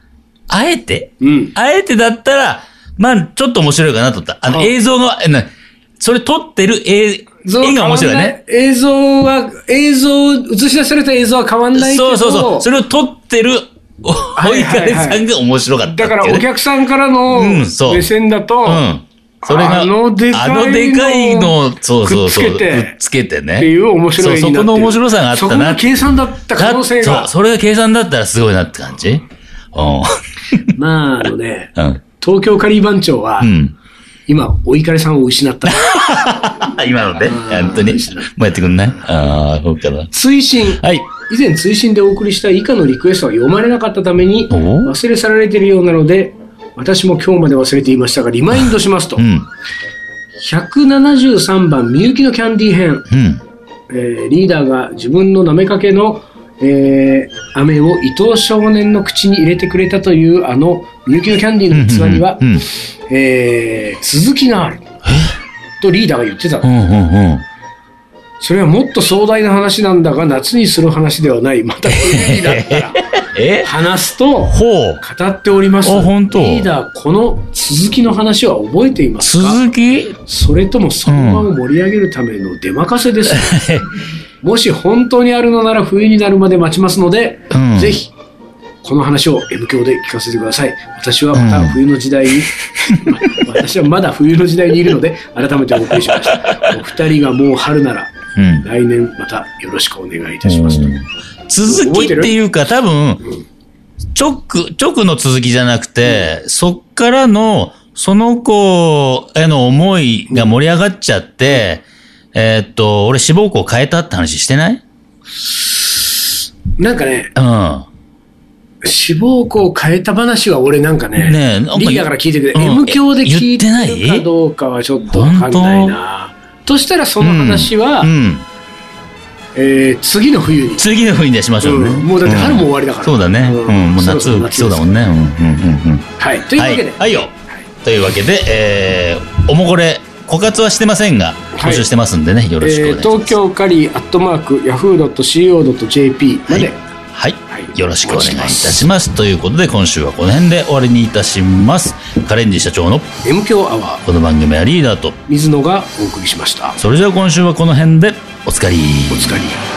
[SPEAKER 2] あえて、
[SPEAKER 1] うん
[SPEAKER 2] あえてだったら、まあ、ちょっと面白いかなと思った。あの、
[SPEAKER 1] あ
[SPEAKER 2] 映像が、えなそれ撮ってる絵、絵が面白いね。。
[SPEAKER 1] 映像は、映像、映し出された映像は変わんないけ
[SPEAKER 2] そ
[SPEAKER 1] ど。
[SPEAKER 2] うそうそう。それを撮ってる、おお
[SPEAKER 1] い
[SPEAKER 2] い
[SPEAKER 1] はい
[SPEAKER 2] か
[SPEAKER 1] はい
[SPEAKER 2] れさんが面白かったってい
[SPEAKER 1] だ
[SPEAKER 2] うね。
[SPEAKER 1] からお客さんからの
[SPEAKER 2] うんそう
[SPEAKER 1] 目線だと、
[SPEAKER 2] うん。それが、
[SPEAKER 1] あのでかいの
[SPEAKER 2] あのでかいのをそうそうそ
[SPEAKER 1] く
[SPEAKER 2] う。
[SPEAKER 1] っつけて
[SPEAKER 2] くっつけてね。
[SPEAKER 1] っていう面白い
[SPEAKER 2] そう、そこの面白さがあった
[SPEAKER 1] そこ
[SPEAKER 2] な
[SPEAKER 1] が
[SPEAKER 2] っていう
[SPEAKER 1] 計算だった可能性
[SPEAKER 2] そ
[SPEAKER 1] が
[SPEAKER 2] う、。それが計算だったらすごいなって感じ。うん。
[SPEAKER 1] まあ、あのね、
[SPEAKER 2] うん。
[SPEAKER 1] 東京カリー番長は、
[SPEAKER 2] うん。
[SPEAKER 1] 今、お怒りさんを失った。
[SPEAKER 2] 今ので、本当に。もうやってくんないああ、そうかな。
[SPEAKER 1] 追伸。
[SPEAKER 2] はい。
[SPEAKER 1] 以前追伸でお送りした以下のリクエストは読まれなかったために
[SPEAKER 2] お
[SPEAKER 1] 忘れ去られているようなので私も今日まで忘れていましたがリマインドしますと、
[SPEAKER 2] うん。
[SPEAKER 1] 173番「みゆきのキャンディー編
[SPEAKER 2] うん。」
[SPEAKER 1] えーリーダーが自分のなめかけの、えー飴を伊藤少年の口に入れてくれたというあのみゆきのキャンディーの器には、
[SPEAKER 2] うん。
[SPEAKER 1] えー続きがあるとリーダーが言ってた、
[SPEAKER 2] うん。うん。うん。
[SPEAKER 1] それはもっと壮大な話なんだが夏にする話ではないまたこれリーダーだったら
[SPEAKER 2] え
[SPEAKER 1] 話 すと
[SPEAKER 2] ほう。
[SPEAKER 1] 語っております。
[SPEAKER 2] あ本当
[SPEAKER 1] リーダー、この続きの話は覚えていますか
[SPEAKER 2] 続き
[SPEAKER 1] それともその場を盛り上げるための出任せですか、もし本当にあるのなら冬になるまで待ちますので、
[SPEAKER 2] うん
[SPEAKER 1] ぜひ、この話を M 教で聞かせてください。私はまた冬の時代に、 私はまだ冬の時代にいるので、改めてお送りしました。お二人がもう春なら、
[SPEAKER 2] うん。
[SPEAKER 1] 来年またよろしくお願いいたしますと。
[SPEAKER 2] 続きっていうか、多分、直、直の続きじゃなくて、そっからの、その子への思いが盛り上がっちゃって、えーっと、俺志望校変えたって話してない
[SPEAKER 1] なんかね、
[SPEAKER 2] うん。
[SPEAKER 1] 志望校を変えた話は俺なんかね、
[SPEAKER 2] ねえなんか
[SPEAKER 1] リーダーから聞いてくれ、
[SPEAKER 2] うん
[SPEAKER 1] M 教で聞いて
[SPEAKER 2] 言って
[SPEAKER 1] る
[SPEAKER 2] な
[SPEAKER 1] か
[SPEAKER 2] い
[SPEAKER 1] どうかはちょっとわかんないな。としたらその話は、
[SPEAKER 2] うん。
[SPEAKER 1] えー次の冬に。
[SPEAKER 2] 次の風に出しましょうね。
[SPEAKER 1] うんもうだって春も終わりだから。
[SPEAKER 2] そうだね。うん
[SPEAKER 1] ん、
[SPEAKER 2] もう
[SPEAKER 1] そろそろ
[SPEAKER 2] 夏、来そうだもん
[SPEAKER 1] で
[SPEAKER 2] ね。うん、うん、うん、うん。
[SPEAKER 1] すはい。というわけで、
[SPEAKER 2] はい、はいよ。というわけで、えー、おもこれ、枯渇はしてませんが、
[SPEAKER 1] い
[SPEAKER 2] 募集してますんでね、よろしくお願
[SPEAKER 1] え
[SPEAKER 2] い
[SPEAKER 1] ー
[SPEAKER 2] します。
[SPEAKER 1] 東京カリーアットマークヤフー .co.jp まで、
[SPEAKER 2] はい
[SPEAKER 1] はい
[SPEAKER 2] よろしくお願いいたします。ということで、今週はこの辺で終わりにいたします。カレンジ社長の
[SPEAKER 1] M 教アワー
[SPEAKER 2] この番組はリーダーと、
[SPEAKER 1] 水野がお送りしました。
[SPEAKER 2] それじゃあ今週はこの辺で、おつかり。
[SPEAKER 1] お疲れ。